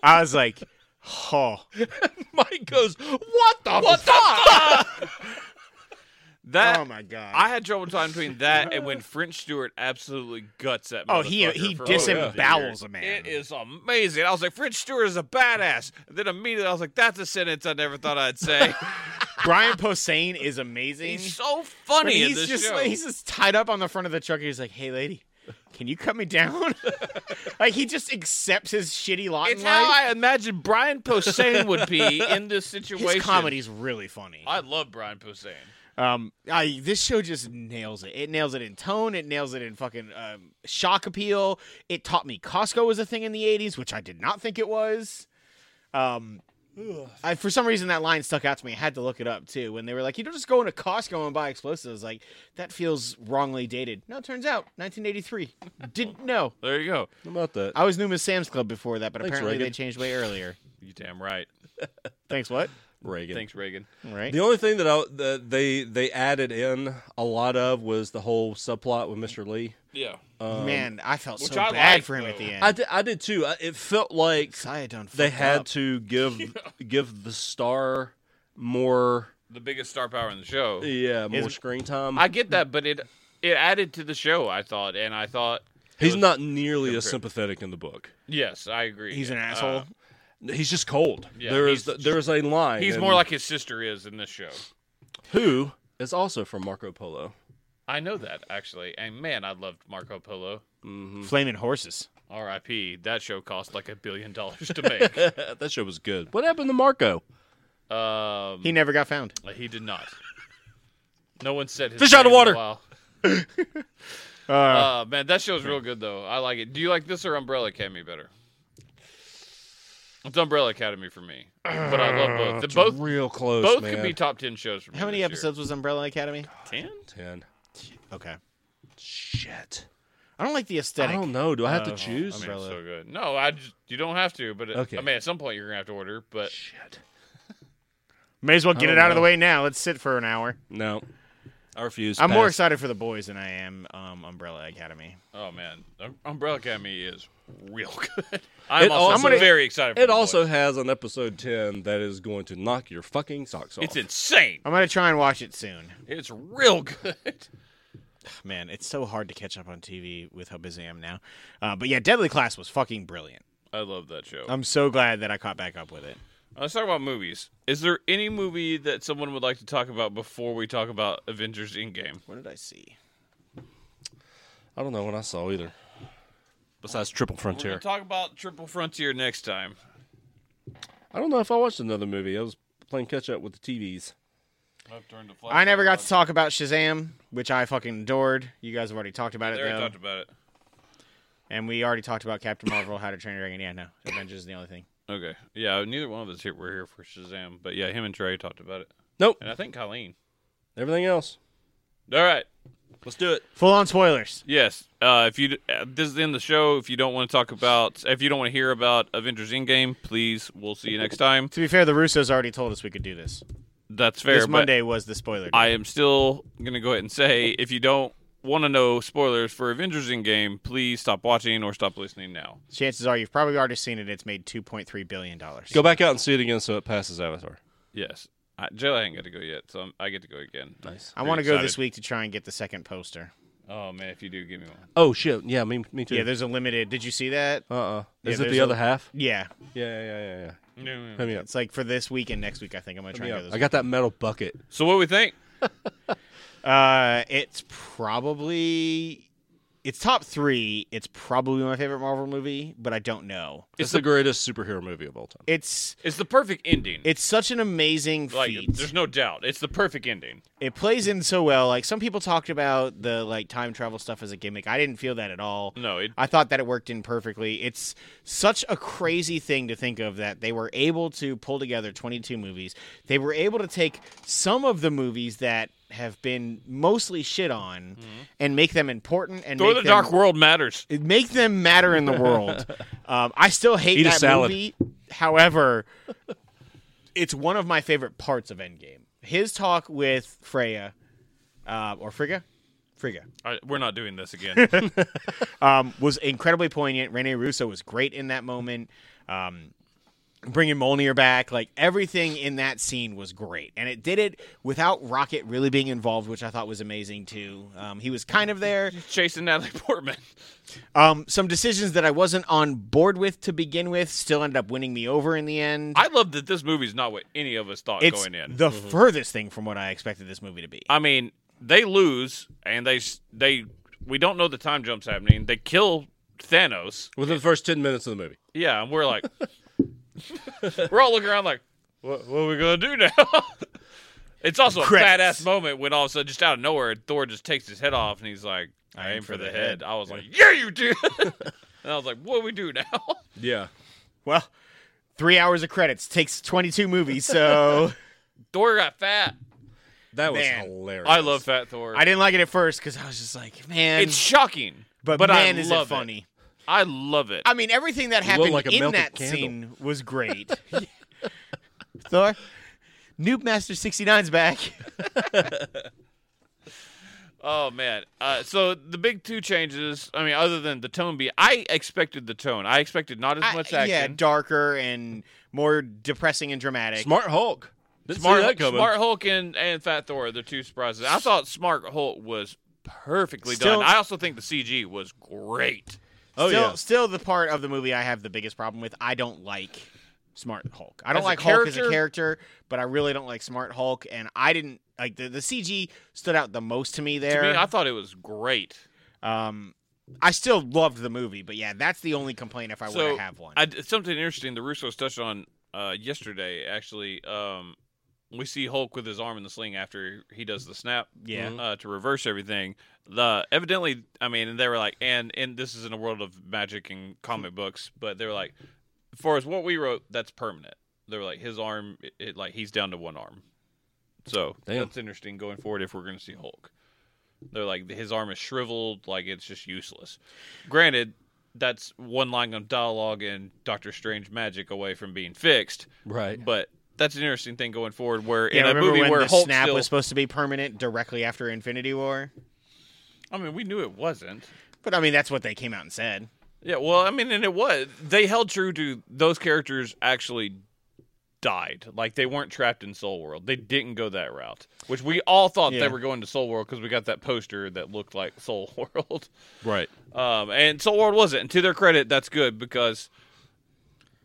Speaker 1: (laughs)
Speaker 2: I was like, oh,
Speaker 3: Mike goes, what the what fuck?
Speaker 1: That
Speaker 2: Oh my god.
Speaker 1: I had trouble time between that and when French Stewart absolutely guts that.
Speaker 2: oh, he
Speaker 1: motherfucker
Speaker 2: he
Speaker 1: for-
Speaker 2: disembowels a man.
Speaker 1: It is amazing. I was like, French Stewart is a badass. And then immediately I was like, that's a sentence I never thought I'd
Speaker 2: (laughs)
Speaker 1: say.
Speaker 2: Brian Posehn is amazing.
Speaker 1: he's so
Speaker 2: But
Speaker 1: funny. in
Speaker 2: he's
Speaker 1: this
Speaker 2: just
Speaker 1: show.
Speaker 2: like, he's just tied up on the front of the truck. and He's like, "Hey, lady, can you cut me down?" (laughs) like he just accepts his shitty lot
Speaker 1: It's
Speaker 2: in life.
Speaker 1: how I imagine Brian Posehn would
Speaker 2: (laughs)
Speaker 1: be in this situation.
Speaker 2: His comedy's really funny.
Speaker 1: I love Brian Posehn.
Speaker 2: Um, I this show just nails it. It nails it in tone. It nails it in fucking um, shock appeal. It taught me Costco was a thing in the '80s, which I did not think it was. Um, I for some reason that line stuck out to me. I had to look it up too. When they were like, "You don't just go into Costco and buy explosives," like that feels wrongly dated. No, it turns out 1983. Didn't know.
Speaker 1: There you go.
Speaker 3: How about that?
Speaker 2: I was new Miss Sam's Club before that, but
Speaker 3: Thanks,
Speaker 2: apparently
Speaker 3: Reagan.
Speaker 2: they changed way earlier.
Speaker 1: You damn right.
Speaker 2: Thanks what?
Speaker 3: Reagan.
Speaker 1: Thanks, Reagan.
Speaker 2: Right.
Speaker 3: The only thing that, I, that they they added in a lot of was the whole subplot with Mr. Lee.
Speaker 1: Yeah.
Speaker 2: Um, Man, I felt
Speaker 1: which
Speaker 2: so
Speaker 1: I
Speaker 2: bad
Speaker 1: like,
Speaker 2: for him
Speaker 1: though.
Speaker 2: at the end.
Speaker 3: I did, I did too. I- It felt like
Speaker 2: Sayadon
Speaker 3: they
Speaker 2: fucked
Speaker 3: had
Speaker 2: up.
Speaker 1: (laughs)
Speaker 3: to give give the star more
Speaker 1: The biggest star power in the show.
Speaker 3: yeah more
Speaker 2: Isn't-
Speaker 3: screen time.
Speaker 1: I get that, but it it added to the show, I thought, and I thought it
Speaker 3: He's
Speaker 1: was-
Speaker 3: not nearly as
Speaker 1: Hypocrite.
Speaker 3: sympathetic in the book.
Speaker 1: Yes, I agree.
Speaker 2: He's an
Speaker 1: Uh,
Speaker 2: asshole.
Speaker 3: He's just cold.
Speaker 1: Yeah,
Speaker 3: there
Speaker 1: he's
Speaker 3: is th- there is a line.
Speaker 1: he's
Speaker 3: in
Speaker 1: more like his sister is in this show.
Speaker 3: who is also from Marco Polo.
Speaker 1: I know that actually, and man, I loved Marco Polo.
Speaker 2: Flaming horses.
Speaker 1: R.I.P. That show cost like a billion dollars to make.
Speaker 3: (laughs) Uh, that show was good. What happened to Marco?
Speaker 1: um,
Speaker 2: He never got found.
Speaker 1: he did not. No one said his
Speaker 3: Fish out of
Speaker 1: name in a
Speaker 3: water. (laughs)
Speaker 1: while.
Speaker 2: Uh,
Speaker 1: Uh, man, that show's real good though. I like it. Do you like this or Umbrella Academy better? It's Umbrella Academy for me, but I love
Speaker 3: Uh,
Speaker 1: both. The both
Speaker 3: real close.
Speaker 1: both could be top ten shows for me.
Speaker 2: How many
Speaker 1: this
Speaker 2: episodes was Umbrella Academy?
Speaker 1: Year. Ten.
Speaker 3: ten.
Speaker 2: Okay.
Speaker 3: Shit.
Speaker 2: I don't like the
Speaker 3: I
Speaker 2: aesthetic.
Speaker 3: don't know. Do I have to
Speaker 1: Oh,
Speaker 2: Uh,
Speaker 3: choose?
Speaker 2: I mean- Umbrella.
Speaker 1: So good. No, I just, you don't have to, but uh,
Speaker 3: Okay.
Speaker 1: I mean, at some point you're gonna have to order. But
Speaker 3: Shit.
Speaker 2: May as well get
Speaker 3: I
Speaker 2: it
Speaker 3: don't
Speaker 2: out of the
Speaker 3: know.
Speaker 2: way now. Let's sit for an hour.
Speaker 3: No. I refuse.
Speaker 2: I'm more
Speaker 3: Pass.
Speaker 2: excited for the boys than I am um, Umbrella Academy.
Speaker 1: oh man, Um- Umbrella Academy is real (laughs) good. I'm also
Speaker 3: also-
Speaker 1: I'm
Speaker 3: gonna-
Speaker 1: very excited. For
Speaker 3: It
Speaker 1: the
Speaker 3: also
Speaker 1: boys.
Speaker 3: has an episode ten that is going to knock your fucking socks off.
Speaker 1: it's insane.
Speaker 2: I'm gonna try and watch it soon.
Speaker 1: It's real good. (laughs)
Speaker 2: Man, it's so hard to catch up on TV with how busy I am now. Uh, but yeah, Deadly Class was fucking brilliant.
Speaker 1: I love that show.
Speaker 2: I'm so glad that I caught back up with it.
Speaker 1: Let's talk about movies. Is there any movie that someone would like to talk about before we talk about Avengers Endgame?
Speaker 2: What did I see?
Speaker 3: I don't know what I saw either. Besides Triple
Speaker 1: We're gonna
Speaker 3: Frontier,
Speaker 1: talk about Triple Frontier next time.
Speaker 3: I don't know if I watched another movie. I was playing catch up with the TVs.
Speaker 1: I've turned the
Speaker 2: I never got to talk about Shazam, which I fucking adored. You guys have already talked about
Speaker 1: They
Speaker 2: it
Speaker 1: already
Speaker 2: though,
Speaker 1: talked about it.
Speaker 2: and we already talked about Captain Marvel, How to Train Your Dragon. Yeah, no, Avengers is the only (coughs) thing.
Speaker 1: Okay. Yeah. Neither one of us here were here for Shazam, but yeah, him and Trey talked about it,
Speaker 3: Nope.
Speaker 1: and I think Colleen.
Speaker 3: Everything else.
Speaker 1: All right.
Speaker 3: Let's do it.
Speaker 2: Full on spoilers.
Speaker 1: Yes. Uh, if you uh, this is the end of the show. If you don't want to talk about, if you don't want to hear about Avengers Endgame, please. We'll see you next time.
Speaker 2: To be fair, the Russos already told us we could do this.
Speaker 1: That's fair.
Speaker 2: this
Speaker 1: but
Speaker 2: Monday was the spoiler. Day.
Speaker 1: I am still gonna go ahead and say, if you don't want to know spoilers for Avengers Endgame, please stop watching or stop listening now.
Speaker 2: Chances are you've probably already seen it. It's made two point three billion dollars.
Speaker 3: Go back out and see it again so it passes Avatar.
Speaker 1: Yes. I, Jill, I ain't got to go yet, so I'm, I get to go again.
Speaker 3: Nice.
Speaker 2: I want to go this week to try and get the second poster.
Speaker 1: Oh man, if you do, give me one.
Speaker 3: Oh shit! Yeah, me, me too.
Speaker 2: Yeah, there's a limited. Did you see that?
Speaker 3: uh
Speaker 2: Yeah,
Speaker 3: uh Is it
Speaker 2: there's
Speaker 3: the
Speaker 2: a-
Speaker 3: other half?
Speaker 2: Yeah,
Speaker 3: Yeah, yeah, yeah, yeah. yeah.
Speaker 1: No,
Speaker 3: Hit me up.
Speaker 2: it's like for this week and next week. I think I'm gonna
Speaker 3: Hit
Speaker 2: try
Speaker 3: me
Speaker 2: and
Speaker 3: up.
Speaker 2: go
Speaker 3: I
Speaker 2: this.
Speaker 3: got that metal bucket.
Speaker 1: So what we think?
Speaker 2: Uh, it's probably it's top three. It's probably my favorite Marvel movie, but I don't know.
Speaker 3: It's the greatest superhero movie of all time.
Speaker 2: It's
Speaker 1: It's the perfect ending.
Speaker 2: it's such an amazing
Speaker 1: like,
Speaker 2: feat.
Speaker 1: there's no doubt. It's the perfect ending.
Speaker 2: it plays in so well. Like some people talked about the like time travel stuff as a gimmick. I didn't feel that at all.
Speaker 1: No, it,
Speaker 2: I thought that it worked in perfectly. It's such a crazy thing to think of that they were able to pull together 22 movies. They were able to take some of the movies that have been mostly shit on
Speaker 3: Mm-hmm.
Speaker 2: and make them important and
Speaker 1: Thor:
Speaker 2: make
Speaker 1: The
Speaker 2: them,
Speaker 1: Dark World matters.
Speaker 2: (laughs) make them matter in the
Speaker 3: (laughs)
Speaker 2: world. um, I still hate
Speaker 3: Eat a
Speaker 2: that
Speaker 3: salad.
Speaker 2: movie. However, it's one of my favorite parts of Endgame. His talk with Freya, uh, or Frigga, Frigga,
Speaker 1: I, we're not doing this again.
Speaker 2: (laughs) um, was incredibly poignant. Rene Russo was great in that moment. Um, bringing Molnir back, like everything in that scene was great, and it did it without Rocket really being involved, which I thought was amazing too. Um, he was kind of there.
Speaker 1: chasing Natalie Portman.
Speaker 2: Um, some decisions that I wasn't on board with to begin with still ended up winning me over in the end.
Speaker 1: I love that this movie's not what any of us thought
Speaker 2: it's
Speaker 1: going in. Mm-hmm.
Speaker 2: the furthest thing from what I expected this movie to be.
Speaker 1: I mean, they lose and they s- they we don't know the time jump's happening. They kill Thanos.
Speaker 3: Within the first ten minutes of the movie,
Speaker 1: Yeah, and we're
Speaker 2: (laughs)
Speaker 1: like, we're all looking around like, what, what are we gonna do now? (laughs) it's also a
Speaker 2: Credits.
Speaker 1: badass moment when all of a sudden, just out of nowhere, Thor just takes his head off and he's like, "I, aim for the, head. I was like, "Yeah, you do." (laughs) and I was like, "What do we do now?" (laughs)
Speaker 3: yeah,
Speaker 2: Well, three hours of credits takes twenty-two
Speaker 1: (laughs)
Speaker 2: movies, so
Speaker 1: Thor got fat.
Speaker 3: that was
Speaker 2: Man,
Speaker 3: hilarious.
Speaker 1: I love fat Thor.
Speaker 2: I didn't like it at first because I was just like, man.
Speaker 1: it's shocking,
Speaker 2: but,
Speaker 1: I
Speaker 2: man, is it
Speaker 1: love
Speaker 2: funny?
Speaker 1: I love it.
Speaker 2: I mean, everything that happened
Speaker 3: like a
Speaker 2: in
Speaker 3: melted
Speaker 2: that
Speaker 3: candle.
Speaker 2: scene was great. Thor, Noob Master 69's back.
Speaker 1: Oh man! Uh, so the big two changes. I mean, other than the tone beat, I expected the tone. I expected not as
Speaker 2: I-
Speaker 1: much
Speaker 2: yeah,
Speaker 1: action.
Speaker 2: darker and more depressing and dramatic.
Speaker 3: Smart Hulk. Didn't
Speaker 1: Smart,
Speaker 3: see that coming.
Speaker 1: Smart Hulk and, and Fat Thor are the two surprises. I thought Smart Hulk was perfectly
Speaker 2: Still-
Speaker 1: done. I also think the CG was great.
Speaker 3: oh
Speaker 2: still,
Speaker 3: yeah,
Speaker 2: still the part of the movie I have the biggest problem with. I don't like Smart Hulk. I don't
Speaker 1: As a
Speaker 2: like Hulk as a
Speaker 1: character?
Speaker 2: character, but I really don't like Smart Hulk. And I didn't like the, the CG stood out the most to me
Speaker 1: To
Speaker 2: there.
Speaker 1: me, I thought it was great.
Speaker 2: um, I still loved the movie, but yeah, that's the only complaint if I were
Speaker 1: So,
Speaker 2: to have one.
Speaker 1: I d something interesting the Russos touched on uh, yesterday. Actually, um, we see Hulk with his arm in the sling after he does the snap.
Speaker 2: Yeah.
Speaker 1: uh, to reverse everything. The evidently, I mean, and they were like, and and this is in a world of magic and comic books, but they were like, as far as what we wrote, that's permanent. They were like, his arm, it, it- like he's down to one arm. So
Speaker 3: Damn.
Speaker 1: that's interesting going forward if we're going to see Hulk. They're like his arm is shriveled, like it's just useless. Granted, that's one line of dialogue in Doctor Strange magic away from being fixed,
Speaker 3: right.
Speaker 1: but that's an interesting thing going forward. Where
Speaker 2: yeah,
Speaker 1: in a
Speaker 2: remember
Speaker 1: movie
Speaker 2: when
Speaker 1: where
Speaker 2: the
Speaker 1: Hulk
Speaker 2: snap
Speaker 1: still,
Speaker 2: was supposed to be permanent directly after Infinity War?
Speaker 1: I mean, we knew it wasn't.
Speaker 2: But I mean, that's what they came out and said.
Speaker 1: Yeah, well, I mean, and it was they held true to those characters actually died. Like they weren't trapped in Soul World. They didn't go that route, which we all thought
Speaker 2: Yeah.
Speaker 1: they were going to Soul World because we got that poster that looked like Soul (laughs) World.
Speaker 3: Right.
Speaker 1: Um, and Soul World wasn't. And to their credit, that's good because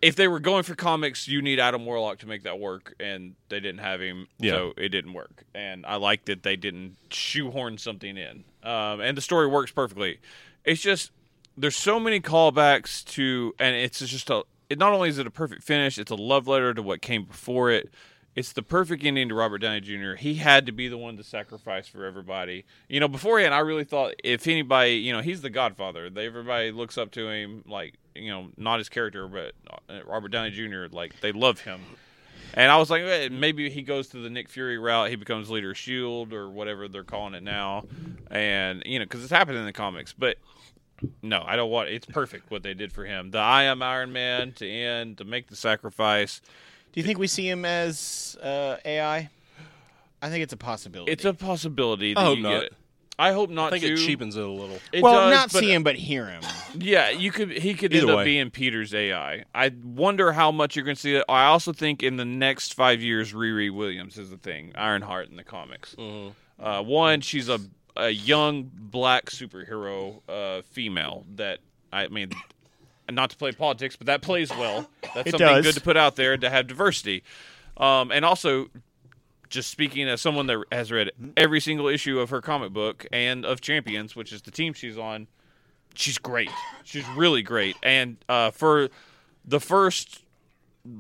Speaker 1: if they were going for comics, you need Adam Warlock to make that work, and they didn't have him,
Speaker 3: Yeah.
Speaker 1: so it didn't work. And I like that they didn't shoehorn something in. Um, and the story works perfectly. It's just there's so many callbacks to, and it's just a. It not only is it a perfect finish, it's a love letter to what came before it. It's the perfect ending to Robert Downey Jr. He had to be the one to sacrifice for everybody. You know, beforehand, I really thought if anybody, you know, he's the Godfather. They, everybody looks up to him, like you know, not his character, but uh, Robert Downey Jr. Like they love him. And I was like, eh, maybe he goes to the Nick Fury route. He becomes leader of Shield E or whatever they're calling it now, and you know, because it's happened in the comics. But no, I don't want. It's perfect what they did for him. The I am Iron Man to end to make the sacrifice.
Speaker 2: Do you think we see him as uh, AI? I think it's a possibility.
Speaker 1: It's a possibility. That
Speaker 3: I hope
Speaker 1: you
Speaker 3: not.
Speaker 1: Get it. I hope not.
Speaker 3: I think
Speaker 1: too.
Speaker 3: it cheapens it a little.
Speaker 1: It
Speaker 2: well,
Speaker 1: does,
Speaker 2: not
Speaker 1: but- uh,
Speaker 2: see him, but hear him.
Speaker 1: Yeah, you could. He could
Speaker 3: Either
Speaker 1: end
Speaker 3: way.
Speaker 1: up being Peter's AI. I wonder how much you're going to see it. I also think in the next five years, Riri Williams is the thing. Ironheart in the comics. Uh, one, she's a a young black superhero uh, female that I mean, not to play politics, but that plays well. That's
Speaker 2: It
Speaker 1: something
Speaker 2: does.
Speaker 1: good to put out there to have diversity. Um, and also, just speaking as someone that has read every single issue of her comic book and of Champions, which is the team she's on, she's great. She's really great. And uh, for the first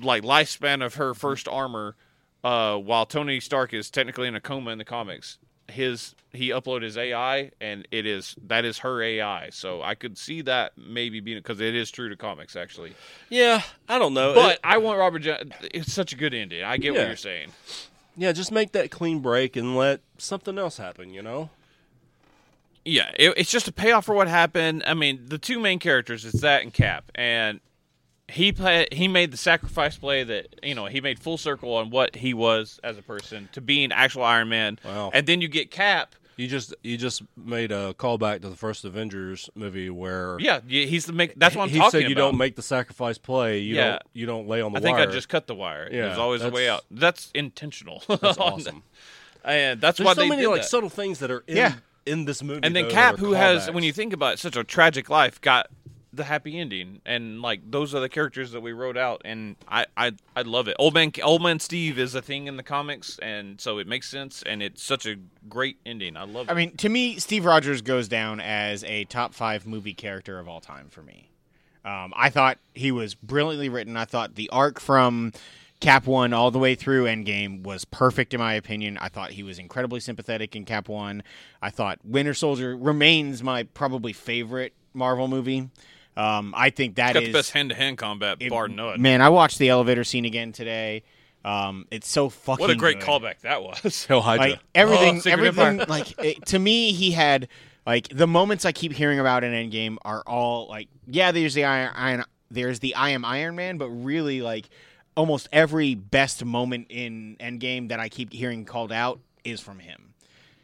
Speaker 1: like lifespan of her first armor, uh, while Tony Stark is technically in a coma in the comics, his he uploaded his AI and it is that is her AI. So I could see that maybe being because it is true to comics actually.
Speaker 3: Yeah, I don't know.
Speaker 1: But
Speaker 3: It-
Speaker 1: I want Robert. Jo- it's such a good ending. I get
Speaker 3: Yeah.
Speaker 1: what you're saying.
Speaker 3: yeah, just make that clean break and let something else happen. You know.
Speaker 1: Yeah, it, it's just a payoff for what happened. I mean, the two main characters is that and Cap, and he play, he made the sacrifice play that you know he made full circle on what he was as a person to being actual Iron Man.
Speaker 3: Wow.
Speaker 1: And then you get Cap,
Speaker 3: You just you just made a callback to the first Avengers movie where
Speaker 1: Yeah, yeah, he's the make. That's what I'm
Speaker 3: he
Speaker 1: talking
Speaker 3: said you
Speaker 1: about.
Speaker 3: don't make the sacrifice play. You
Speaker 1: Yeah.
Speaker 3: don't you don't lay on the
Speaker 1: I think
Speaker 3: wire.
Speaker 1: I just cut the wire.
Speaker 3: Yeah,
Speaker 1: There's always a way
Speaker 3: that's-
Speaker 1: out. That's intentional. (laughs)
Speaker 3: that's awesome.
Speaker 1: and that's why
Speaker 3: There's so
Speaker 1: they
Speaker 3: many
Speaker 1: did
Speaker 3: like
Speaker 1: that.
Speaker 3: subtle things that are in
Speaker 2: Yeah.
Speaker 3: in this movie.
Speaker 1: and then
Speaker 3: though, that
Speaker 1: Cap,
Speaker 3: are
Speaker 1: who has, when
Speaker 3: callbacks.
Speaker 1: you think about it, such a tragic life, got the happy ending, and like those are the characters that we wrote out, and I, I, I love it. Old man, Old Man Steve is a thing in the comics, and so it makes sense, and it's such a great ending. I love.
Speaker 2: I
Speaker 1: it.
Speaker 2: mean, to me, Steve Rogers goes down as a top five movie character of all time for me. Um, I thought he was brilliantly written. I thought the arc from Cap 1 all the way through Endgame was perfect, in my opinion. I thought he was incredibly sympathetic in Cap 1. I thought Winter Soldier remains my probably favorite Marvel movie. Um, I think that
Speaker 1: got the
Speaker 2: is-
Speaker 1: best hand to hand combat,
Speaker 2: it-
Speaker 1: bar none.
Speaker 2: Man, I watched the elevator scene again today. Um, it's so fucking
Speaker 1: what a great
Speaker 2: good
Speaker 1: callback that was.
Speaker 3: (laughs) Hell Hydra.
Speaker 2: like everything,
Speaker 1: Oh, Secret
Speaker 2: everything.
Speaker 1: Empire.
Speaker 2: Like it, to me, he had like the moments I keep hearing about in Endgame are all like, yeah, there's the Iron, Iron there's the I am Iron Man, but really like almost every best moment in Endgame that I keep hearing called out is from him.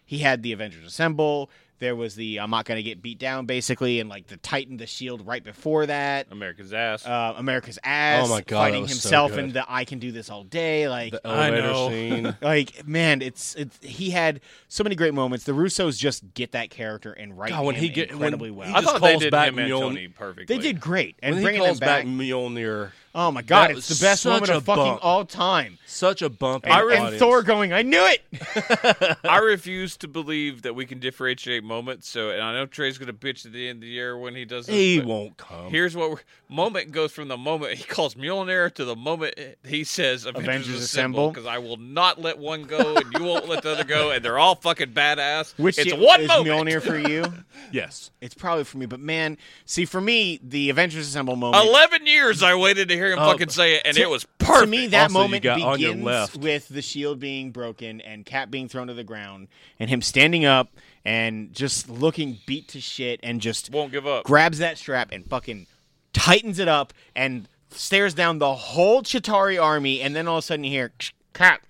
Speaker 2: He had the Avengers Assemble. There was the I'm not gonna get beat down basically, and like the Titan, the Shield right before that.
Speaker 1: America's ass.
Speaker 2: Uh, America's ass
Speaker 3: Oh my God, that
Speaker 2: fighting
Speaker 3: was so
Speaker 2: himself
Speaker 3: good.
Speaker 2: and the I can do this all day. Like
Speaker 3: the
Speaker 1: I
Speaker 3: elevator
Speaker 1: know.
Speaker 3: (laughs) scene.
Speaker 2: like man, it's, it's he had so many great moments. The Russos just get that character and write
Speaker 3: God, when
Speaker 2: him
Speaker 3: he get- when
Speaker 2: incredibly
Speaker 3: he
Speaker 2: well.
Speaker 1: I
Speaker 3: just
Speaker 1: thought they
Speaker 3: calls
Speaker 1: did
Speaker 3: back
Speaker 1: him and
Speaker 3: Mjolnir.
Speaker 1: Tony perfectly.
Speaker 2: they did great, and
Speaker 3: when he
Speaker 2: bringing
Speaker 3: calls
Speaker 2: them
Speaker 3: back,
Speaker 2: back.
Speaker 3: Mjolnir,
Speaker 2: oh my god,
Speaker 3: that
Speaker 2: it's
Speaker 3: was
Speaker 2: the best
Speaker 3: such
Speaker 2: moment
Speaker 3: a
Speaker 2: of fucking
Speaker 3: bump.
Speaker 2: all time.
Speaker 3: such a bump. in
Speaker 2: And,
Speaker 3: the
Speaker 2: and
Speaker 3: audience.
Speaker 2: Thor going, I knew it.
Speaker 3: (laughs)
Speaker 1: I refuse to believe that we can differentiate moments. So, and I know Trey's going to bitch at the end of the year when he does. This,
Speaker 3: He
Speaker 1: but
Speaker 3: won't
Speaker 2: Um,
Speaker 3: come.
Speaker 1: Here's what we're, moment goes from the moment he calls Mjolnir to the moment he says Avengers,
Speaker 2: Avengers
Speaker 1: Assemble
Speaker 2: Assemble.
Speaker 1: because I will not let one go and you won't let the other go and they're all fucking badass.
Speaker 2: Which
Speaker 1: it's
Speaker 2: is
Speaker 1: one
Speaker 2: is
Speaker 1: moment.
Speaker 2: Mjolnir for you?
Speaker 3: yes.
Speaker 2: (laughs) It's probably for me, but man, see for me, the Avengers Assemble moment.
Speaker 1: Eleven years I waited to hear him
Speaker 3: Uh,
Speaker 1: fucking say it and
Speaker 2: Um, to-
Speaker 1: it was perfect.
Speaker 2: To me, that
Speaker 3: Also, you
Speaker 2: moment
Speaker 3: got on your
Speaker 2: begins
Speaker 3: left.
Speaker 2: with the shield being broken and Cap being thrown to the ground, and him standing up and just looking beat to shit, and just
Speaker 1: won't give up.
Speaker 2: grabs that strap and fucking tightens it up and stares down the whole Chitari army, and then all of a sudden you hear Cap.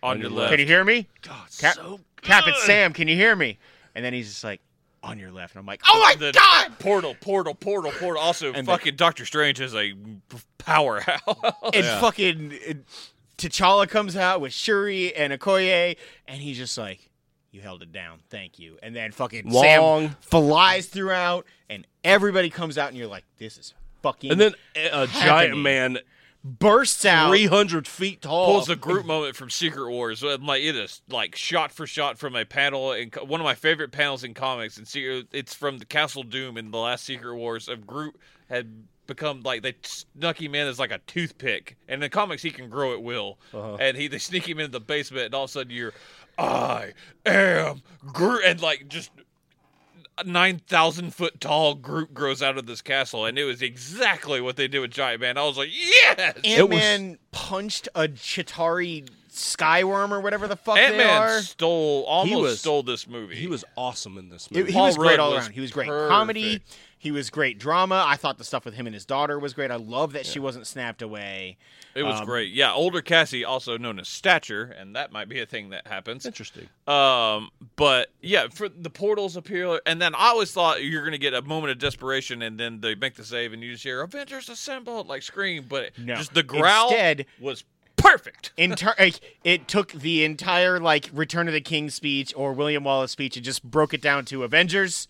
Speaker 1: on your left.
Speaker 2: Can you hear me?
Speaker 1: Oh,
Speaker 2: Cap,
Speaker 3: so
Speaker 2: Cap, it's Sam. Can you hear me? And then he's just like on your left, and I'm like, oh my
Speaker 1: The
Speaker 2: god!
Speaker 1: Portal, portal, portal, portal. Also,
Speaker 2: And the-
Speaker 1: fucking Doctor Strange is a powerhouse.
Speaker 2: and fucking and T'Challa comes out with Shuri and Okoye, and he's just like, "You held it down, thank you." And then fucking
Speaker 3: Wrong.
Speaker 2: Sam flies throughout, and everybody comes out, and you're like, "This is fucking."
Speaker 3: And then uh, a, a giant
Speaker 2: Happening.
Speaker 3: man,
Speaker 2: bursts out.
Speaker 3: three hundred feet tall,
Speaker 1: pulls a group moment from Secret Wars. So, Like it is like shot for shot from a panel, and one of my favorite panels in comics. And see, it's from the Castle Doom in the last Secret Wars. Of Groot had become like they snuck him in as like a toothpick, and in the comics he can grow at will. And he they sneak him into the basement, and all of a sudden you're, I am Groot, and like just. Nine thousand foot tall Groot grows out of this castle, and it was exactly what they did with Giant Man. I was like, "Yes!"
Speaker 2: Ant
Speaker 3: was-
Speaker 2: Man punched a Chitari skyworm or whatever the fuck
Speaker 1: Ant
Speaker 2: they are.
Speaker 1: Man stole almost
Speaker 3: was-
Speaker 1: stole this movie.
Speaker 3: He was awesome in this
Speaker 2: It-
Speaker 3: movie.
Speaker 2: he
Speaker 1: Paul
Speaker 2: was great
Speaker 1: Rudd
Speaker 2: all
Speaker 1: was
Speaker 2: around. He was great comedy. He was great drama. I thought the stuff with him and his daughter was great. I love that she wasn't snapped away.
Speaker 1: it was
Speaker 2: um,
Speaker 1: great. Yeah, older Cassie, also known as Stature, and that might be a thing that happens.
Speaker 3: Interesting.
Speaker 1: Um, but yeah, for the portals appear, and then I always thought you're gonna get a moment of desperation, and then they make the save, and you just hear "Avengers Assemble!" like scream, but
Speaker 2: No.
Speaker 1: just the growl
Speaker 2: Instead-
Speaker 1: was perfect.
Speaker 2: in ter- like, it took the entire like Return of the King speech or William Wallace speech and just broke it down to Avengers.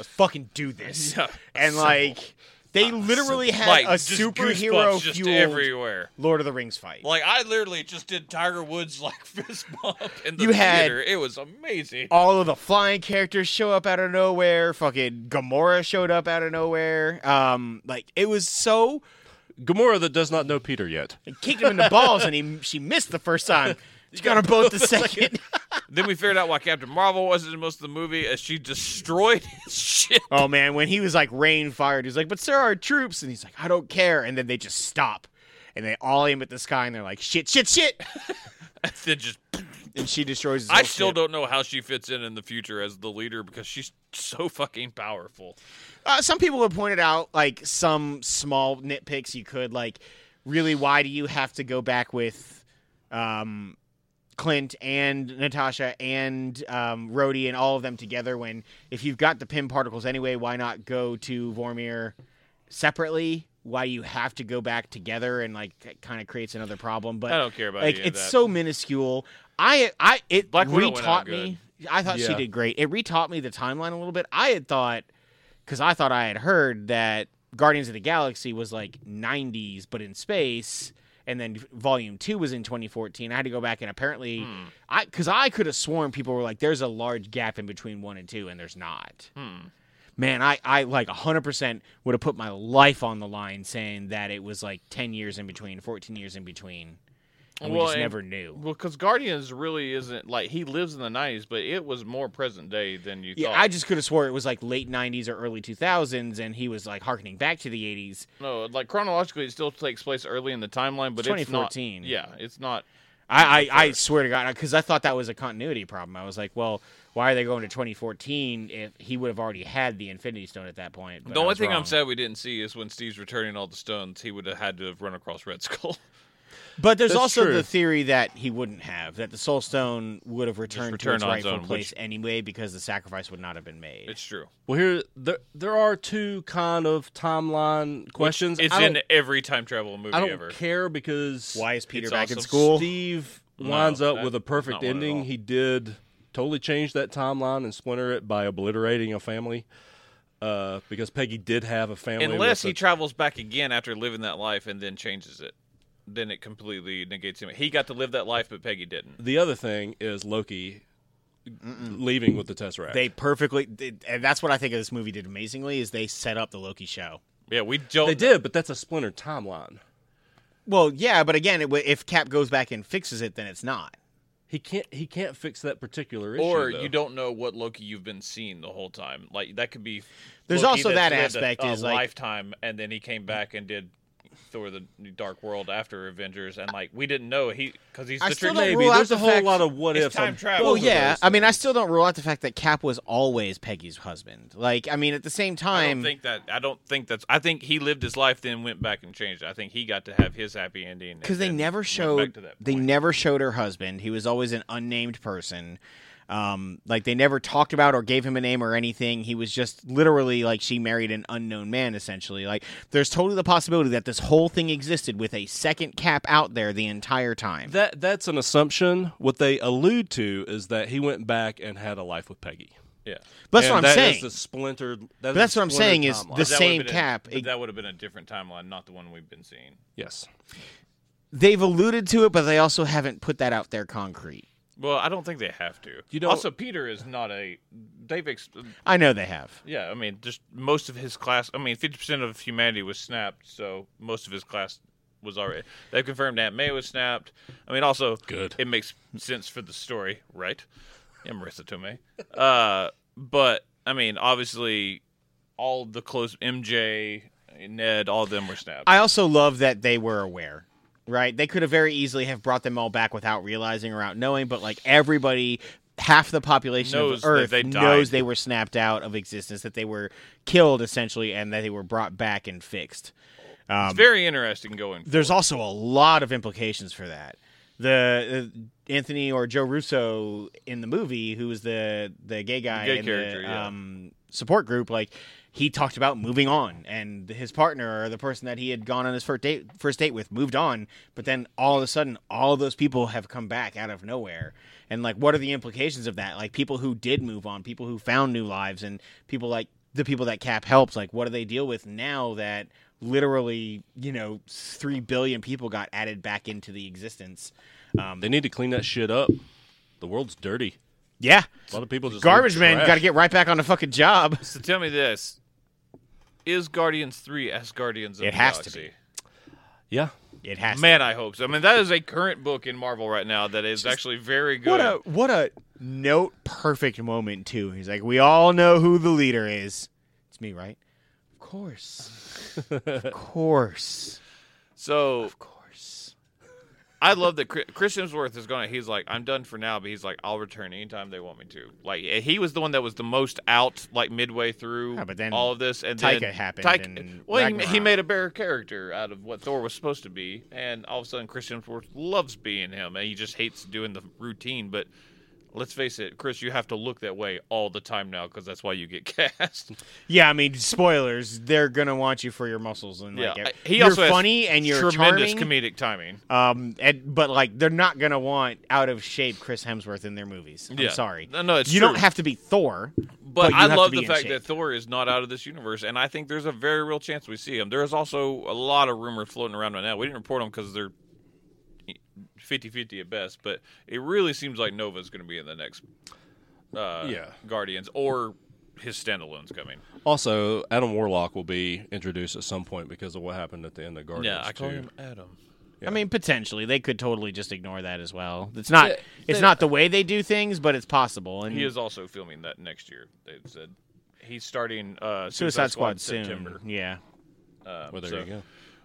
Speaker 2: Let's fucking do this.
Speaker 1: (laughs) Yeah. Ah,
Speaker 2: and like they literally had
Speaker 1: like
Speaker 2: a
Speaker 1: just
Speaker 2: superhero
Speaker 1: goosebumps just
Speaker 2: fueled
Speaker 1: everywhere.
Speaker 2: Lord of the Rings fight.
Speaker 1: Like I literally just did Tiger Woods like (laughs) fist bump in the
Speaker 2: You had-
Speaker 1: theater. It was amazing.
Speaker 2: all of the flying characters show up out of nowhere. Fucking Gamora showed up out of nowhere. Um, like it was so
Speaker 3: Gamora that does not know Peter yet.
Speaker 2: it kicked him in the balls, and he she missed the
Speaker 1: (laughs)
Speaker 2: first time. She got on both the second.
Speaker 1: Then we figured out why Captain Marvel wasn't in most of the movie as she destroyed (laughs) his ship.
Speaker 2: oh man, when he was like rain fired, he's like, "But sir, our troops," and he's like, "I don't care." And then they just stop, and they all aim at the sky, and they're like, "Shit, shit, shit!" (laughs)
Speaker 1: Then just
Speaker 2: And she destroys. His
Speaker 1: I
Speaker 2: whole
Speaker 1: still
Speaker 2: ship.
Speaker 1: don't know how she fits in in the future as the leader because she's so fucking powerful.
Speaker 2: Uh, some people have pointed out like some small nitpicks you could like. Really, why do you have to go back with um, Clint and Natasha and um, Rhodey and all of them together. When if you've got the Pym particles anyway, why not go to Vormir separately? Why you have to go back together and like it kind of creates another problem? But
Speaker 1: I don't care about
Speaker 2: like
Speaker 1: any of
Speaker 2: it's
Speaker 1: that.
Speaker 2: so minuscule. I I it
Speaker 1: Black Widow went out
Speaker 2: retaught me. I thought she
Speaker 3: Yeah.
Speaker 2: did great. It retaught me the timeline a little bit. I had thought because I thought I had heard that Guardians of the Galaxy was like 90s, but in space. And then Volume Two was in 2014. I had to go back and apparently,
Speaker 1: Hmm.
Speaker 2: I because I could have sworn people were like, "There's a large gap in between one and two, and there's not."
Speaker 1: Hmm.
Speaker 2: Man, I I like 100% would have put my life on the line saying that it was like 10 years in between, 14 years in between, and
Speaker 1: Well,
Speaker 2: we just
Speaker 1: and-
Speaker 2: never knew.
Speaker 1: Well, because Guardians really isn't like he lives in the '90s, but it was more present day than you
Speaker 2: Yeah,
Speaker 1: thought.
Speaker 2: I just could have swore it was like late '90s or early 2000s, and he was like harkening back to the '80s.
Speaker 1: no, like chronologically, it still takes place early in the timeline, but it's not.
Speaker 2: 2014.
Speaker 1: Yeah, it's not.
Speaker 2: I, I, I swear to God, because I thought that was a continuity problem. I was like, well, why are they going to 2014 if he would have already had the Infinity Stone at that point? But
Speaker 1: the
Speaker 2: I
Speaker 1: only
Speaker 2: was
Speaker 1: thing
Speaker 2: wrong.
Speaker 1: I'm sad we didn't see is when Steve's returning all the stones, he would have had to have run across Red Skull.
Speaker 2: But there's
Speaker 3: That's
Speaker 2: also
Speaker 3: true.
Speaker 2: the theory that he wouldn't have, that the Soul Stone would have returned to
Speaker 1: returned
Speaker 2: its
Speaker 1: on its
Speaker 2: rightful
Speaker 1: own, which-
Speaker 2: place anyway because the sacrifice would not have been made.
Speaker 1: it's true.
Speaker 3: Well, here there there are two kind of timeline questions.
Speaker 1: It's
Speaker 3: I don't-
Speaker 1: in every time travel movie
Speaker 3: I don't
Speaker 1: ever.
Speaker 3: care because
Speaker 2: why is Peter
Speaker 1: it's
Speaker 2: back in
Speaker 1: awesome.
Speaker 2: school?
Speaker 3: Steve winds
Speaker 1: No,
Speaker 3: up with
Speaker 1: that-
Speaker 3: a
Speaker 1: not
Speaker 3: perfect
Speaker 1: one at all.
Speaker 3: ending. He did totally change that timeline and splinter it by obliterating a family. Uh, because Peggy did have a family.
Speaker 1: Unless
Speaker 3: with
Speaker 1: he travels back again after living that life and then changes it, then it completely negates him. He got to live that life, but Peggy didn't.
Speaker 3: a- the other thing is Loki leaving with the Tesseract.
Speaker 2: They perfectly, did- and that's what I think this movie did amazingly, is they set up the Loki show.
Speaker 1: Yeah, we don't.
Speaker 3: they did, but that's a splinter timeline.
Speaker 2: Well, yeah, but again, it, w- if Cap goes back and fixes it, then it's not.
Speaker 3: He can't. He can't fix that particular issue.
Speaker 1: Or
Speaker 3: though.
Speaker 1: you don't know what Loki you've been seeing the whole time. Like that could be.
Speaker 2: There's
Speaker 1: Loki
Speaker 2: also
Speaker 1: that's
Speaker 2: that
Speaker 1: lived a-
Speaker 2: aspect
Speaker 1: a
Speaker 2: is, like-
Speaker 1: lifetime, and then he came back and did Thor: The Dark World after Avengers, and like we didn't know he because he's
Speaker 2: I
Speaker 1: the
Speaker 2: still
Speaker 1: trick-
Speaker 2: don't
Speaker 3: Maybe
Speaker 2: rule out
Speaker 3: there's
Speaker 2: the
Speaker 3: a whole
Speaker 2: fact-
Speaker 3: lot of what
Speaker 1: It's
Speaker 3: ifs.
Speaker 1: time
Speaker 3: on
Speaker 1: travel.
Speaker 3: both
Speaker 2: Well,
Speaker 3: of
Speaker 2: Oh, yeah.
Speaker 3: those
Speaker 2: I mean, I
Speaker 3: things.
Speaker 2: still don't rule out the fact that Cap was always Peggy's husband. Like, I mean, at the same
Speaker 1: I
Speaker 2: time,
Speaker 1: don't think that. I don't think that's. I think he lived his life, then went back and changed. it. I think he got to have his happy ending and
Speaker 2: because they
Speaker 1: then
Speaker 2: never
Speaker 1: went back
Speaker 2: showed
Speaker 1: to that
Speaker 2: they
Speaker 1: point.
Speaker 2: never showed her husband. He was always an unnamed person. Um, like they never talked about or gave him a name or anything. He was just literally like she married an unknown man. Essentially, like there's totally the possibility that this whole thing existed with a second Cap out there the entire time.
Speaker 3: That that's an assumption. What they allude to is that he went back and had a life with Peggy.
Speaker 1: Yeah.
Speaker 2: that's what I'm
Speaker 3: And that is
Speaker 2: saying.
Speaker 3: the splintered. that is
Speaker 2: that's
Speaker 3: the
Speaker 2: what I'm
Speaker 3: splintered
Speaker 2: saying is
Speaker 3: timeline.
Speaker 2: this-
Speaker 1: That
Speaker 2: same
Speaker 1: would've been a-
Speaker 2: cap.
Speaker 1: but that would have been a different timeline, not the one we've been seeing.
Speaker 3: yes.
Speaker 2: They've alluded to it, but they also haven't put that out there concrete.
Speaker 1: Well, I don't think they have to.
Speaker 3: You know-
Speaker 1: also Peter is not a. They've ex-
Speaker 2: I know they have.
Speaker 1: yeah. I mean, just most of his class. I mean, fifty percent of humanity was snapped, so most of his class was already. They've confirmed Aunt May was snapped. I mean, also
Speaker 3: Good.
Speaker 1: It makes sense for the story, right? Yeah, Marissa Tomei. Uh, but I mean, obviously, all the close MJ, Ned, all of them were snapped.
Speaker 2: I also love that they were aware, right? They could have very easily have brought them all back without realizing or out knowing, but like everybody, half the population
Speaker 1: Knows
Speaker 2: of
Speaker 1: that
Speaker 2: Earth
Speaker 1: they died.
Speaker 2: knows they were snapped out of existence, that they were killed essentially, and that they were brought back and fixed.
Speaker 1: it's very interesting going.
Speaker 2: There's also a lot of implications for that. The uh, Anthony or Joe Russo in the movie, who was the the gay guy
Speaker 1: The gay
Speaker 2: in
Speaker 1: character,
Speaker 2: the
Speaker 1: yeah.
Speaker 2: um, support group, like he talked about moving on, and his partner or the person that he had gone on his first date first date with moved on, but then all of a sudden, all those people have come back out of nowhere, and like what are the implications of that? Like people who did move on, people who found new lives, and people like the people that Cap helps, like what do they deal with now that? literally you know 3 billion people got added back into the existence um,
Speaker 3: They need to clean that shit up. The world's dirty.
Speaker 2: yeah
Speaker 3: A lot of people just
Speaker 2: garbage man got to
Speaker 3: get.
Speaker 2: get right back on the fucking job
Speaker 1: So tell me this: Is Guardians three as Guardians of
Speaker 2: It
Speaker 1: the
Speaker 2: has to
Speaker 1: Galaxy?
Speaker 3: Yeah.
Speaker 2: it has
Speaker 1: Man, I hope so. I mean, that is a current book in Marvel right now that is actually very good.
Speaker 2: what a what a note perfect moment too he's like we all know who the leader is it's me right of
Speaker 1: (laughs)
Speaker 2: course of course
Speaker 1: so
Speaker 2: of course
Speaker 1: I love that Chri- Chris Hemsworth is going to, he's like, I'm done for now, but he's like, I'll return anytime they want me to. Like, he was the one that was the most out, like, midway through
Speaker 2: Yeah, but then
Speaker 1: all of this. And
Speaker 2: Taika
Speaker 1: then
Speaker 2: happened and
Speaker 1: well, he, he
Speaker 2: Ragnarok.
Speaker 1: made a better character out of what Thor was supposed to be. And all of a sudden, Chris Hemsworth loves being him, and he just hates doing the routine. But let's face it, Chris, you have to look that way all the time now because that's why you get (laughs) cast.
Speaker 2: Yeah, I mean, spoilers. They're gonna want you for your muscles and
Speaker 1: yeah.
Speaker 2: like ev-
Speaker 1: He
Speaker 2: you're
Speaker 1: also has
Speaker 2: funny and you're
Speaker 1: tremendous
Speaker 2: charming.
Speaker 1: comedic timing.
Speaker 2: um, and, but like they're not gonna want out of shape Chris Hemsworth in their movies. I'm
Speaker 1: Yeah.
Speaker 2: sorry.
Speaker 1: No, no, it's
Speaker 2: you don't
Speaker 1: true.
Speaker 2: have to be Thor.
Speaker 1: But,
Speaker 2: you
Speaker 1: I
Speaker 2: have to
Speaker 1: love
Speaker 2: be
Speaker 1: the
Speaker 2: in
Speaker 1: fact
Speaker 2: shape.
Speaker 1: that Thor is not out of this universe, and I think there's a very real chance we see him. There is also a lot of rumors floating around right now. We didn't report them because they're 50 50 at best, but it really seems like Nova's going to be in the next uh,
Speaker 3: Yeah.
Speaker 1: Guardians or his standalone's coming.
Speaker 3: Also, Adam Warlock will be introduced at some point because of what happened at the end of Guardians.
Speaker 1: call
Speaker 3: 2.
Speaker 1: him Adam.
Speaker 2: I mean, potentially they could totally just ignore that as well. It's not.
Speaker 3: Yeah,
Speaker 2: it's
Speaker 3: they-
Speaker 2: not the way they do things, but it's possible. And
Speaker 1: He is also filming that next year, they said. He's starting uh,
Speaker 2: Suicide Squad
Speaker 1: in
Speaker 2: soon.
Speaker 1: September.
Speaker 2: Yeah.
Speaker 1: Um,
Speaker 3: Well, there
Speaker 1: so-
Speaker 3: you go.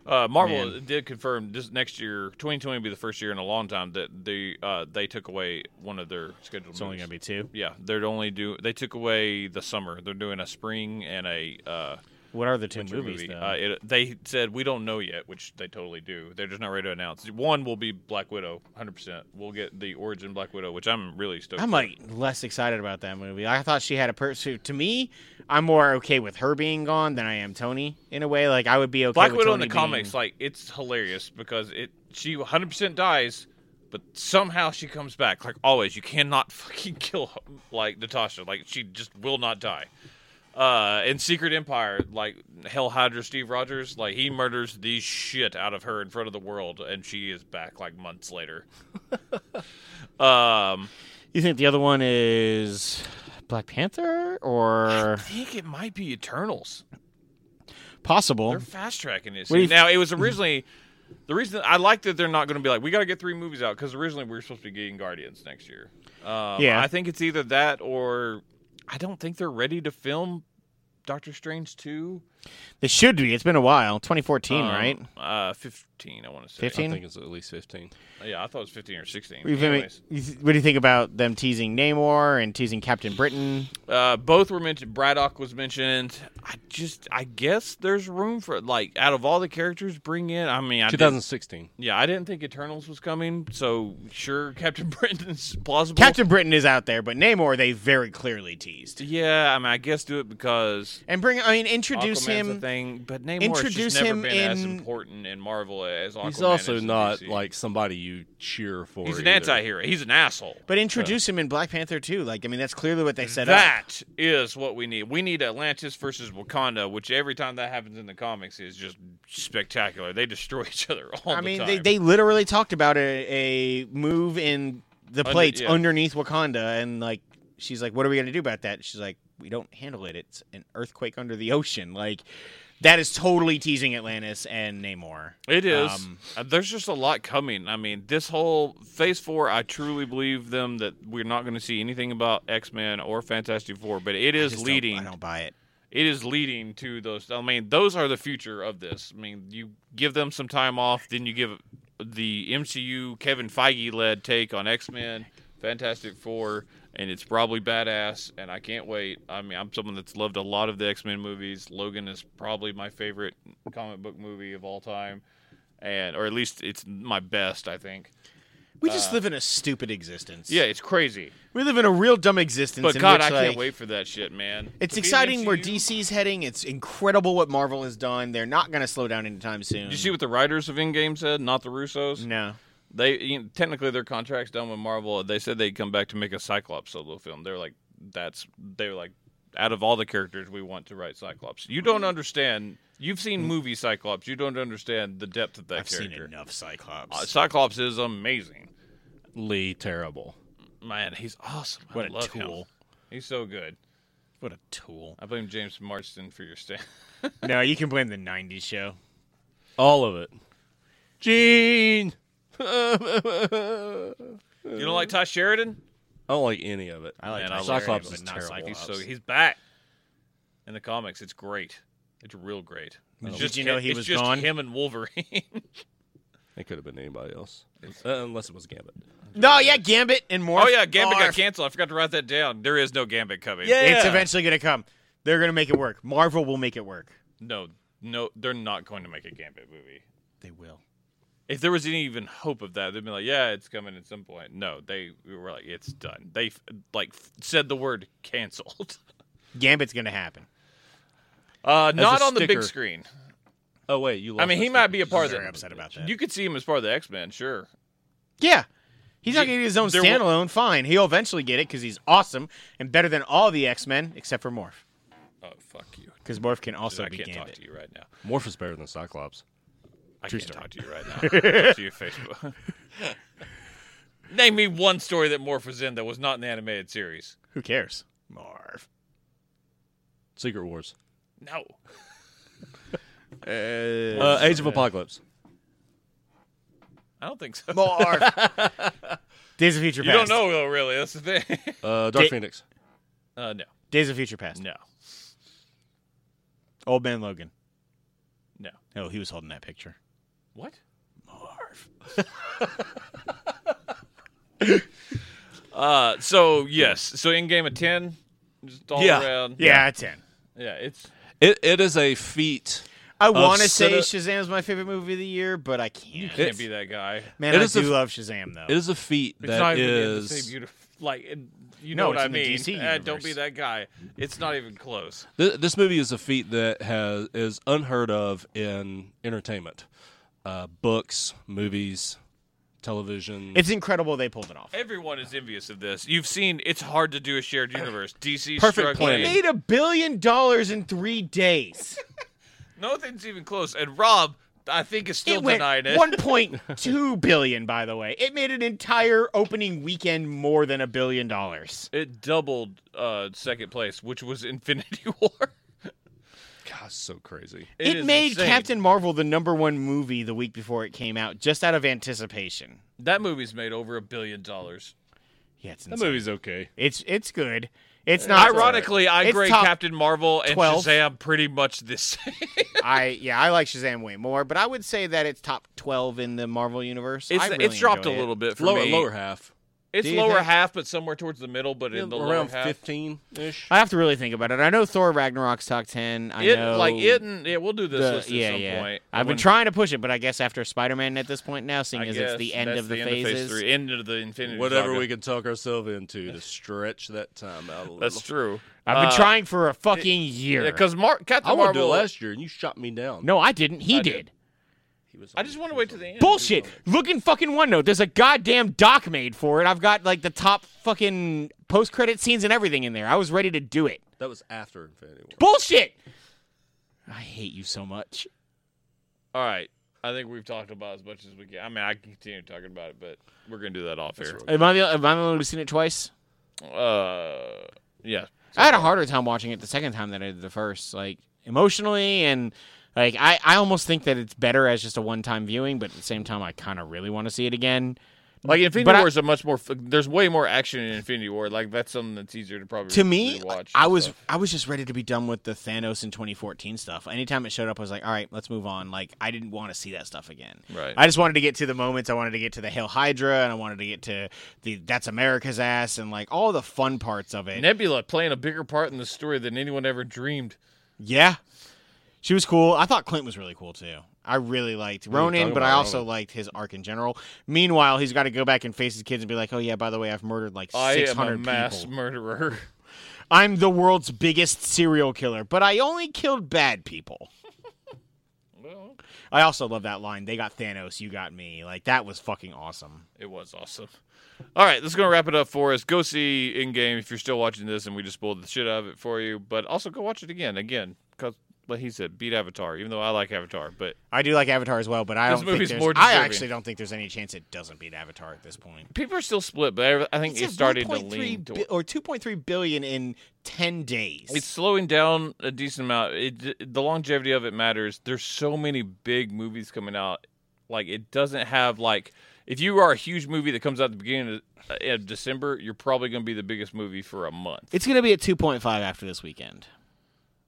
Speaker 1: Uh, Marvel did confirm this next year, 2020 will be the first year in a long time that they uh, they took away one of their scheduled.
Speaker 2: It's only gonna be two.
Speaker 1: Yeah, they're only do they took away the summer. They're doing a spring and a uh,
Speaker 2: What are the two
Speaker 1: winter
Speaker 2: movies?
Speaker 1: movie.
Speaker 2: Though?
Speaker 1: Uh, it, they said we don't know yet, which they totally do. They're just not ready to announce. One will be Black Widow, 100. percent We'll get the origin Black Widow, which I'm really stoked.
Speaker 2: I'm
Speaker 1: for.
Speaker 2: like less excited about that movie. I thought she had a person. To me, I'm more okay with her being gone than I am Tony. In a way, like I would be okay.
Speaker 1: Black
Speaker 2: with
Speaker 1: Widow in
Speaker 2: Tony
Speaker 1: the comics, like it's hilarious because it she 100% dies, but somehow she comes back. Like always, you cannot (laughs) fucking kill like Natasha. Like she just will not die. Uh, in Secret Empire, like Hell Hydra, Steve Rogers, like he murders the shit out of her in front of the world, and she is back like months later. um,
Speaker 2: Being... You think the other one is Black Panther
Speaker 1: (sighs)
Speaker 2: or
Speaker 1: I think it might be Eternals.
Speaker 2: possible?
Speaker 1: They're fast tracking this.
Speaker 2: Um, What do you
Speaker 1: now it
Speaker 2: (laughs)
Speaker 1: was originally the reason I like that they're not going to be like we got to get three movies out because originally we were supposed to be getting Guardians next year. Um,
Speaker 2: Yeah.
Speaker 1: I think it's either that or I don't think they're ready to film Doctor Strange two.
Speaker 2: They should be. It's been a while. 2014,
Speaker 1: Um,
Speaker 2: right?
Speaker 1: Uh, fifteen. I want to say.
Speaker 2: 15?
Speaker 3: I think it's at least 15.
Speaker 1: Yeah, I thought it was fifteen or sixteen.
Speaker 2: We've been-
Speaker 1: Anyways,
Speaker 2: you th- what do you think about them teasing Namor and teasing Captain Britain?
Speaker 1: uh, both were mentioned. Braddock was mentioned. I just, I guess there's room for like out of all the characters, bring in. I mean, I didn't-
Speaker 3: 2016.
Speaker 1: Yeah, I didn't think Eternals was coming, so sure, (laughs) Captain Britain's plausible.
Speaker 2: Captain Britain is out there, but Namor they very clearly teased.
Speaker 1: Yeah, I mean, I guess do it because
Speaker 2: And bring, I mean, introduce
Speaker 1: Aquaman's a
Speaker 2: him.
Speaker 1: thing, but Namor
Speaker 2: introduce
Speaker 1: has just never
Speaker 2: him
Speaker 1: been as
Speaker 2: in-
Speaker 1: important in Marvel as Aquaman.
Speaker 3: He's also
Speaker 1: is in
Speaker 3: not
Speaker 1: DC.
Speaker 3: like somebody you cheer for.
Speaker 1: he's an
Speaker 3: either.
Speaker 1: anti-hero. He's an asshole.
Speaker 2: But introduce him in Black Panther too. Like, I mean, that's clearly what they set up.
Speaker 1: That is what we need. We need Atlantis versus Wakanda, which every time that happens in the comics is just spectacular. They destroy (laughs) each other all
Speaker 2: I
Speaker 1: the
Speaker 2: mean,
Speaker 1: time.
Speaker 2: they, they literally talked about a, a move in the
Speaker 1: Under-
Speaker 2: plates
Speaker 1: yeah.
Speaker 2: underneath Wakanda, and like she's like, "What are we gonna do about that?" She's like, "We don't handle it. It's an earthquake under the ocean." Like, that is totally teasing Atlantis and Namor.
Speaker 1: It is.
Speaker 2: Um,
Speaker 1: Uh, There's just a lot coming. I mean, this whole Phase Four. I truly believe them that we're not going to see anything about X Men or Fantastic Four, but it is
Speaker 2: Just don't-
Speaker 1: leading.
Speaker 2: I don't buy it.
Speaker 1: It is leading to those. I mean, those are the future of this. I mean, you give them some time off, then you give the MCU Kevin Feige led take on X Men, Fantastic Four, and it's probably badass. And I can't wait. I mean, I'm someone that's loved a lot of the X Men movies. Logan is probably my favorite comic book movie of all time, and or at least it's my best. I think.
Speaker 2: We just live in a stupid existence.
Speaker 1: Uh, Yeah, it's crazy.
Speaker 2: we live in a real dumb existence.
Speaker 1: But
Speaker 2: in
Speaker 1: God,
Speaker 2: which,
Speaker 1: I can't
Speaker 2: like,
Speaker 1: wait for that shit, man.
Speaker 2: It's
Speaker 1: To be an
Speaker 2: exciting where
Speaker 1: MCU
Speaker 2: DC's heading. It's incredible what Marvel has done. They're not going to slow down anytime soon.
Speaker 1: Did you see what the writers of Endgame said? Not the Russos.
Speaker 2: No.
Speaker 1: They you know, technically their contract's done with Marvel. They said they'd come back to make a Cyclops solo film. They're like, that's they were like, out of all the characters, we want to write Cyclops. You don't understand. You've seen movie Cyclops. You don't understand the depth of that
Speaker 2: I've seen
Speaker 1: character.
Speaker 2: enough
Speaker 1: Uh,
Speaker 2: Cyclops.
Speaker 1: Cyclops is amazing.
Speaker 3: Lee terrible.
Speaker 1: Man, he's awesome. I
Speaker 2: What a
Speaker 1: love him.
Speaker 2: tool.
Speaker 1: He's so good.
Speaker 2: What a tool.
Speaker 1: I blame James Marston for your stand.
Speaker 2: No, you can blame the 90s show.
Speaker 3: All of it. Gene.
Speaker 1: (laughs)
Speaker 3: (laughs)
Speaker 1: you don't
Speaker 2: Uh,
Speaker 1: like Ty Sheridan?
Speaker 3: I don't like any of it.
Speaker 2: I like
Speaker 1: Man,
Speaker 2: Tyler
Speaker 1: I love
Speaker 2: Perry,
Speaker 3: Cyclops is
Speaker 2: but not
Speaker 3: terrible.
Speaker 1: Like,
Speaker 2: Cyclops.
Speaker 1: he's so he's back in the comics. It's great. It's real great. It's
Speaker 2: Did you know he
Speaker 1: it's
Speaker 2: was
Speaker 1: just (laughs)
Speaker 2: gone?
Speaker 1: Him and Wolverine.
Speaker 3: It could have been anybody else, uh, unless it was Gambit.
Speaker 2: No, yeah, Gambit and more.
Speaker 1: Oh yeah, Gambit got canceled. I forgot to write that down. There is no Gambit coming.
Speaker 2: It's eventually gonna come. They're gonna make it work. Marvel will make it work.
Speaker 1: No, no, they're not going to make a Gambit movie.
Speaker 2: They will.
Speaker 1: If there was any even hope of that, they'd be like, "Yeah, it's coming at some point." No, they were like, "It's done." They f- like f- said the word canceled.
Speaker 2: Gambit's gonna happen.
Speaker 1: Uh, not
Speaker 3: a
Speaker 1: on the big
Speaker 3: sticker.
Speaker 1: screen.
Speaker 3: Oh wait, you. Lost
Speaker 1: I mean,
Speaker 3: that
Speaker 1: he might
Speaker 3: sticker.
Speaker 1: be a part of
Speaker 2: Very
Speaker 1: the.
Speaker 2: upset about that.
Speaker 1: You could see him as part of the X Men, sure.
Speaker 2: yeah. He's not gonna get his own
Speaker 1: There will-
Speaker 2: standalone. Fine, he'll eventually get it because he's awesome and better than all the X Men except for Morph,
Speaker 1: Oh fuck you!
Speaker 2: because Morph can also
Speaker 1: I
Speaker 2: be
Speaker 1: can't talk
Speaker 2: Gambit.
Speaker 1: to you right now.
Speaker 3: Morph is better than Cyclops.
Speaker 1: I can't talk to you right now. Talk to you Facebook. (laughs) Name me one story that Morph was in that was not an animated series.
Speaker 2: Who cares? Marv.
Speaker 3: Secret Wars.
Speaker 1: No.
Speaker 2: (laughs)
Speaker 3: Uh, Age of Apocalypse.
Speaker 1: I don't think so.
Speaker 2: Marv. Days of Future
Speaker 1: You
Speaker 2: Past.
Speaker 1: don't know though, really. That's the thing.
Speaker 3: Uh, Dark
Speaker 2: Di-
Speaker 3: Phoenix.
Speaker 1: Uh, no,
Speaker 2: Days of Future Past.
Speaker 1: no,
Speaker 2: Old Man Logan.
Speaker 1: no.
Speaker 2: Oh, he was holding that picture.
Speaker 1: What? Marv. (laughs) uh, so yes, so in game of ten, just all
Speaker 3: Yeah.
Speaker 1: around.
Speaker 2: Yeah, ten.
Speaker 1: yeah. It's
Speaker 3: It it is a feat.
Speaker 2: I want to say
Speaker 3: Senna-
Speaker 2: Shazam's my favorite movie of the year, but I can't.
Speaker 1: can't be that guy.
Speaker 2: Man,
Speaker 3: It
Speaker 2: I
Speaker 3: is the
Speaker 2: do
Speaker 3: f-
Speaker 2: love Shazam though.
Speaker 3: It is a feat
Speaker 1: It's not
Speaker 3: that
Speaker 1: even in the
Speaker 3: is.
Speaker 1: same beautiful. Like, and you
Speaker 2: No,
Speaker 1: know what
Speaker 2: it's
Speaker 1: I
Speaker 2: in the
Speaker 1: mean.
Speaker 2: DC
Speaker 1: Uh, don't be
Speaker 2: universe.
Speaker 1: that guy. It's not even close.
Speaker 3: Th- this movie is a feat that has is unheard of in entertainment, uh, books, movies, television.
Speaker 2: It's incredible they pulled it off.
Speaker 1: Everyone is envious of this. You've seen it's hard to do a shared universe. DC
Speaker 3: Perfect
Speaker 1: struggling.
Speaker 3: planning.
Speaker 2: Made a billion dollars in three days.
Speaker 1: Nothing's even close. And Rob, I think, is still
Speaker 2: it went
Speaker 1: denying it.
Speaker 2: 1.2 billion, by the way. It made an entire opening weekend more than a billion dollars.
Speaker 1: It doubled uh, second place, which was (laughs) Infinity War.
Speaker 3: God, so crazy.
Speaker 2: It,
Speaker 1: is
Speaker 2: made
Speaker 1: insane.
Speaker 2: Captain Marvel the number one movie the week before it came out, just out of anticipation.
Speaker 1: That movie's made over a billion dollars.
Speaker 2: Yeah, it's
Speaker 3: That
Speaker 2: insane.
Speaker 3: movie's okay.
Speaker 2: It's it's good. It's not
Speaker 1: Ironically, I
Speaker 2: It's
Speaker 1: grade
Speaker 2: top
Speaker 1: Captain Marvel and
Speaker 2: 12.
Speaker 1: Shazam pretty much the (laughs) same.
Speaker 2: I yeah, I like Shazam way more, but I would say that it's top twelve in the Marvel universe.
Speaker 1: It's,
Speaker 2: I really
Speaker 1: it's dropped a
Speaker 2: enjoy it.
Speaker 1: little bit for
Speaker 3: Lower
Speaker 1: me.
Speaker 3: lower half,
Speaker 1: It's
Speaker 2: Do you
Speaker 1: lower
Speaker 2: think-
Speaker 1: half, but somewhere towards the middle, but in the lower
Speaker 3: around
Speaker 1: half.
Speaker 3: fifteen ish.
Speaker 2: I have to really think about it. I know Thor Ragnarok's top ten. I
Speaker 1: It
Speaker 2: know
Speaker 1: like it and yeah, we'll do this
Speaker 2: the-
Speaker 1: list at
Speaker 2: yeah,
Speaker 1: some
Speaker 2: yeah.
Speaker 1: point.
Speaker 2: I've
Speaker 1: When-
Speaker 2: been trying to push it, but I guess after Spider Man at this point now, seeing
Speaker 1: I
Speaker 2: as
Speaker 1: guess
Speaker 2: it's the end
Speaker 1: that's
Speaker 2: of the,
Speaker 1: end
Speaker 2: phases.
Speaker 1: Of phase three, end of the Infinity.
Speaker 3: Whatever
Speaker 1: Saga.
Speaker 3: we can talk ourselves into to stretch that time out a little.
Speaker 1: That's true.
Speaker 2: I've been
Speaker 1: Uh,
Speaker 2: trying for a fucking year.
Speaker 1: Yeah, because Mar- Captain
Speaker 3: I wanted to do
Speaker 1: Marvel.
Speaker 3: it last year, and you shot me down.
Speaker 2: no, I didn't. He
Speaker 1: I
Speaker 2: did.
Speaker 1: did.
Speaker 3: he was.
Speaker 1: I just want to wait to the end.
Speaker 2: Bullshit. Look in fucking OneNote. There's a goddamn doc made for it. I've got like the top fucking post credit scenes and everything in there. I was ready to do it.
Speaker 3: That was after Infinity War.
Speaker 2: Bullshit. I hate you so much.
Speaker 1: All right. I think we've talked about as much as we can. I mean, I can continue talking about it, but we're gonna do that off air.
Speaker 2: Am I the, am I the only one who's seen it twice?
Speaker 1: Uh, yeah.
Speaker 2: I had a harder time watching it the second time than I did the first. Like emotionally and like I, I almost think that it's better as just a one time viewing, but at the same time I kinda really want to see it again.
Speaker 1: Like Infinity
Speaker 2: But I-
Speaker 1: War is a much more. f- There's way more action in Infinity War. Like that's something that's easier to probably
Speaker 2: To me,
Speaker 1: Watch
Speaker 2: I was I was just ready to be done with the Thanos in 2014 stuff. Anytime it showed up, I was like, "All right, let's move on." Like, I didn't want to see that stuff again.
Speaker 1: Right.
Speaker 2: I just wanted to get to the moments. I wanted to get to the Hail Hydra, and I wanted to get to the That's America's ass, and like all the fun parts of it.
Speaker 1: Nebula playing a bigger part in the story than anyone ever dreamed.
Speaker 2: Yeah. She was cool. I thought Clint was really cool too. I really liked Ronan,
Speaker 3: talking
Speaker 2: but I
Speaker 3: about
Speaker 2: also
Speaker 3: Ronan.
Speaker 2: liked his arc in general. Meanwhile, he's got to go back and face his kids and be like, "Oh yeah, by the way, I've murdered like
Speaker 1: I
Speaker 2: six
Speaker 1: am a
Speaker 2: hundred
Speaker 1: mass
Speaker 2: people.
Speaker 1: murderer.
Speaker 2: I'm the world's biggest serial killer, but I only killed bad people."
Speaker 1: well,
Speaker 2: I also love that line. They got Thanos, you got me. Like that was fucking awesome.
Speaker 1: It was awesome. All right, that's going to wrap it up for us. Go see In Game if you're still watching this, and we just pulled the shit out of it for you. But also go watch it again, again, because like he said, beat Avatar. Even though I like Avatar, but
Speaker 2: I do like Avatar as well, but I
Speaker 1: This
Speaker 2: don't think
Speaker 1: movie's
Speaker 2: there's,
Speaker 1: more
Speaker 2: I
Speaker 1: deserving.
Speaker 2: actually don't think there's any chance it doesn't beat Avatar at this point.
Speaker 1: people are still split. But I I think it's, starting to
Speaker 2: 1.3
Speaker 1: lean.
Speaker 2: bi-
Speaker 1: toward
Speaker 2: or 2.3 billion in 10 days.
Speaker 1: it's slowing down a decent amount. It, the longevity of it matters. There's so many big movies coming out. Like it doesn't have like if you are a huge movie that comes out at the beginning of, uh, of December, you're probably going to be the biggest movie for a month.
Speaker 2: It's going to be at 2.5 after this weekend.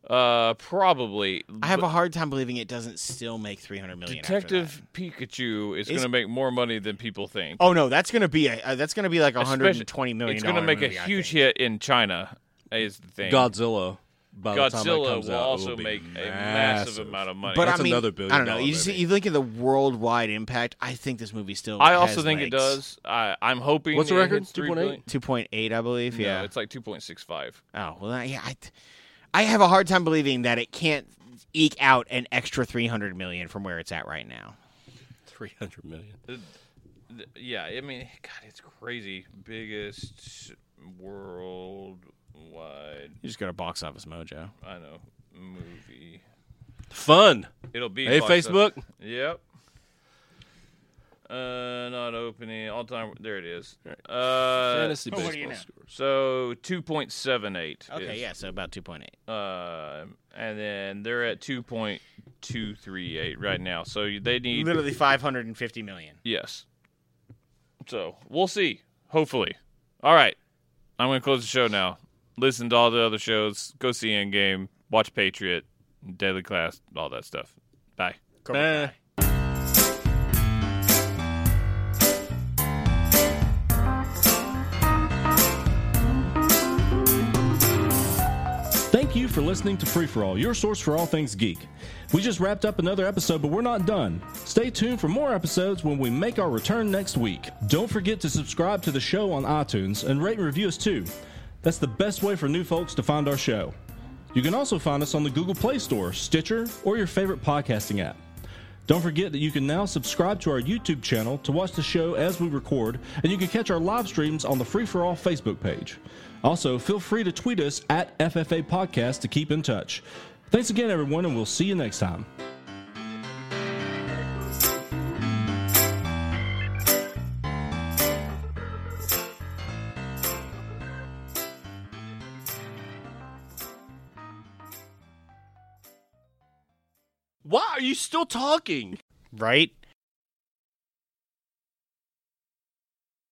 Speaker 1: Uh, probably.
Speaker 2: I have a hard time believing it doesn't still make three hundred million. after that.
Speaker 1: Detective Pikachu is, going to make more money than people think.
Speaker 2: Oh no, that's gonna be a uh, that's gonna be like a hundred and twenty million.
Speaker 1: It's going to
Speaker 2: dollar
Speaker 1: make a
Speaker 2: movie, I
Speaker 1: huge hit
Speaker 2: think.
Speaker 1: in China. Is the thing.
Speaker 3: Godzilla. By the time that
Speaker 1: Godzilla
Speaker 3: comes
Speaker 1: will
Speaker 3: out, it
Speaker 1: also
Speaker 3: be
Speaker 1: make a massive amount of money.
Speaker 2: But
Speaker 3: That's
Speaker 2: I mean,
Speaker 3: another
Speaker 2: I
Speaker 3: billion
Speaker 2: don't know.
Speaker 3: dollar
Speaker 2: You, just,
Speaker 3: movie.
Speaker 2: you look at the worldwide impact. I think this movie still.
Speaker 1: I also
Speaker 2: has
Speaker 1: think it
Speaker 2: legs.
Speaker 1: does. I, I'm hoping.
Speaker 3: What's the
Speaker 1: it
Speaker 3: record?
Speaker 1: hits three
Speaker 3: 2.8?
Speaker 1: billion.
Speaker 2: Two point eight, I believe.
Speaker 1: No,
Speaker 2: yeah.
Speaker 1: it's like 2.65.
Speaker 2: Oh well, I- yeah. I, th- I have a hard time believing that it can't eke out an extra three hundred million from where it's at right now.
Speaker 3: Three hundred million.
Speaker 1: Th- Yeah, I mean, God, it's crazy. Biggest worldwide,
Speaker 2: You just go to Box Office Mojo.
Speaker 1: I know, movie.
Speaker 3: Fun.
Speaker 1: It'll be.
Speaker 3: Hey,
Speaker 1: box office.
Speaker 3: Facebook.
Speaker 1: Yep. Uh, not opening all time. There it is. Uh,
Speaker 3: Fantasy
Speaker 2: Oh, what do you
Speaker 3: baseball
Speaker 2: know?
Speaker 3: scores.
Speaker 1: so two point seven eight.
Speaker 2: Okay, yeah, so about two point eight.
Speaker 1: Uh, and then they're at two point two three eight right now. So you- they need
Speaker 2: Literally five hundred and fifty million.
Speaker 1: yes. So we'll see. Hopefully. All right. I'm going to close the show now. Listen to all the other shows. Go see Endgame. Watch Patriot. Deadly Class. All that stuff. Bye.
Speaker 2: Cobra
Speaker 3: Nah.
Speaker 2: Kai.
Speaker 4: Thank you for listening to Free For All, your source for all things geek. We just wrapped up another episode, but we're not done. Stay tuned for more episodes when we make our return next week. Don't forget to subscribe to the show on iTunes and rate and review us too. That's the best way for new folks to find our show. You can also find us on the Google Play Store, Stitcher, or your favorite podcasting app. Don't forget that you can now subscribe to our YouTube channel to watch the show as we record, and you can catch our live streams on the Free For All Facebook page. Also, feel free to tweet us at FFA Podcast to keep in touch. Thanks again, everyone, and we'll see you next time.
Speaker 3: Why are you still talking?
Speaker 2: Right.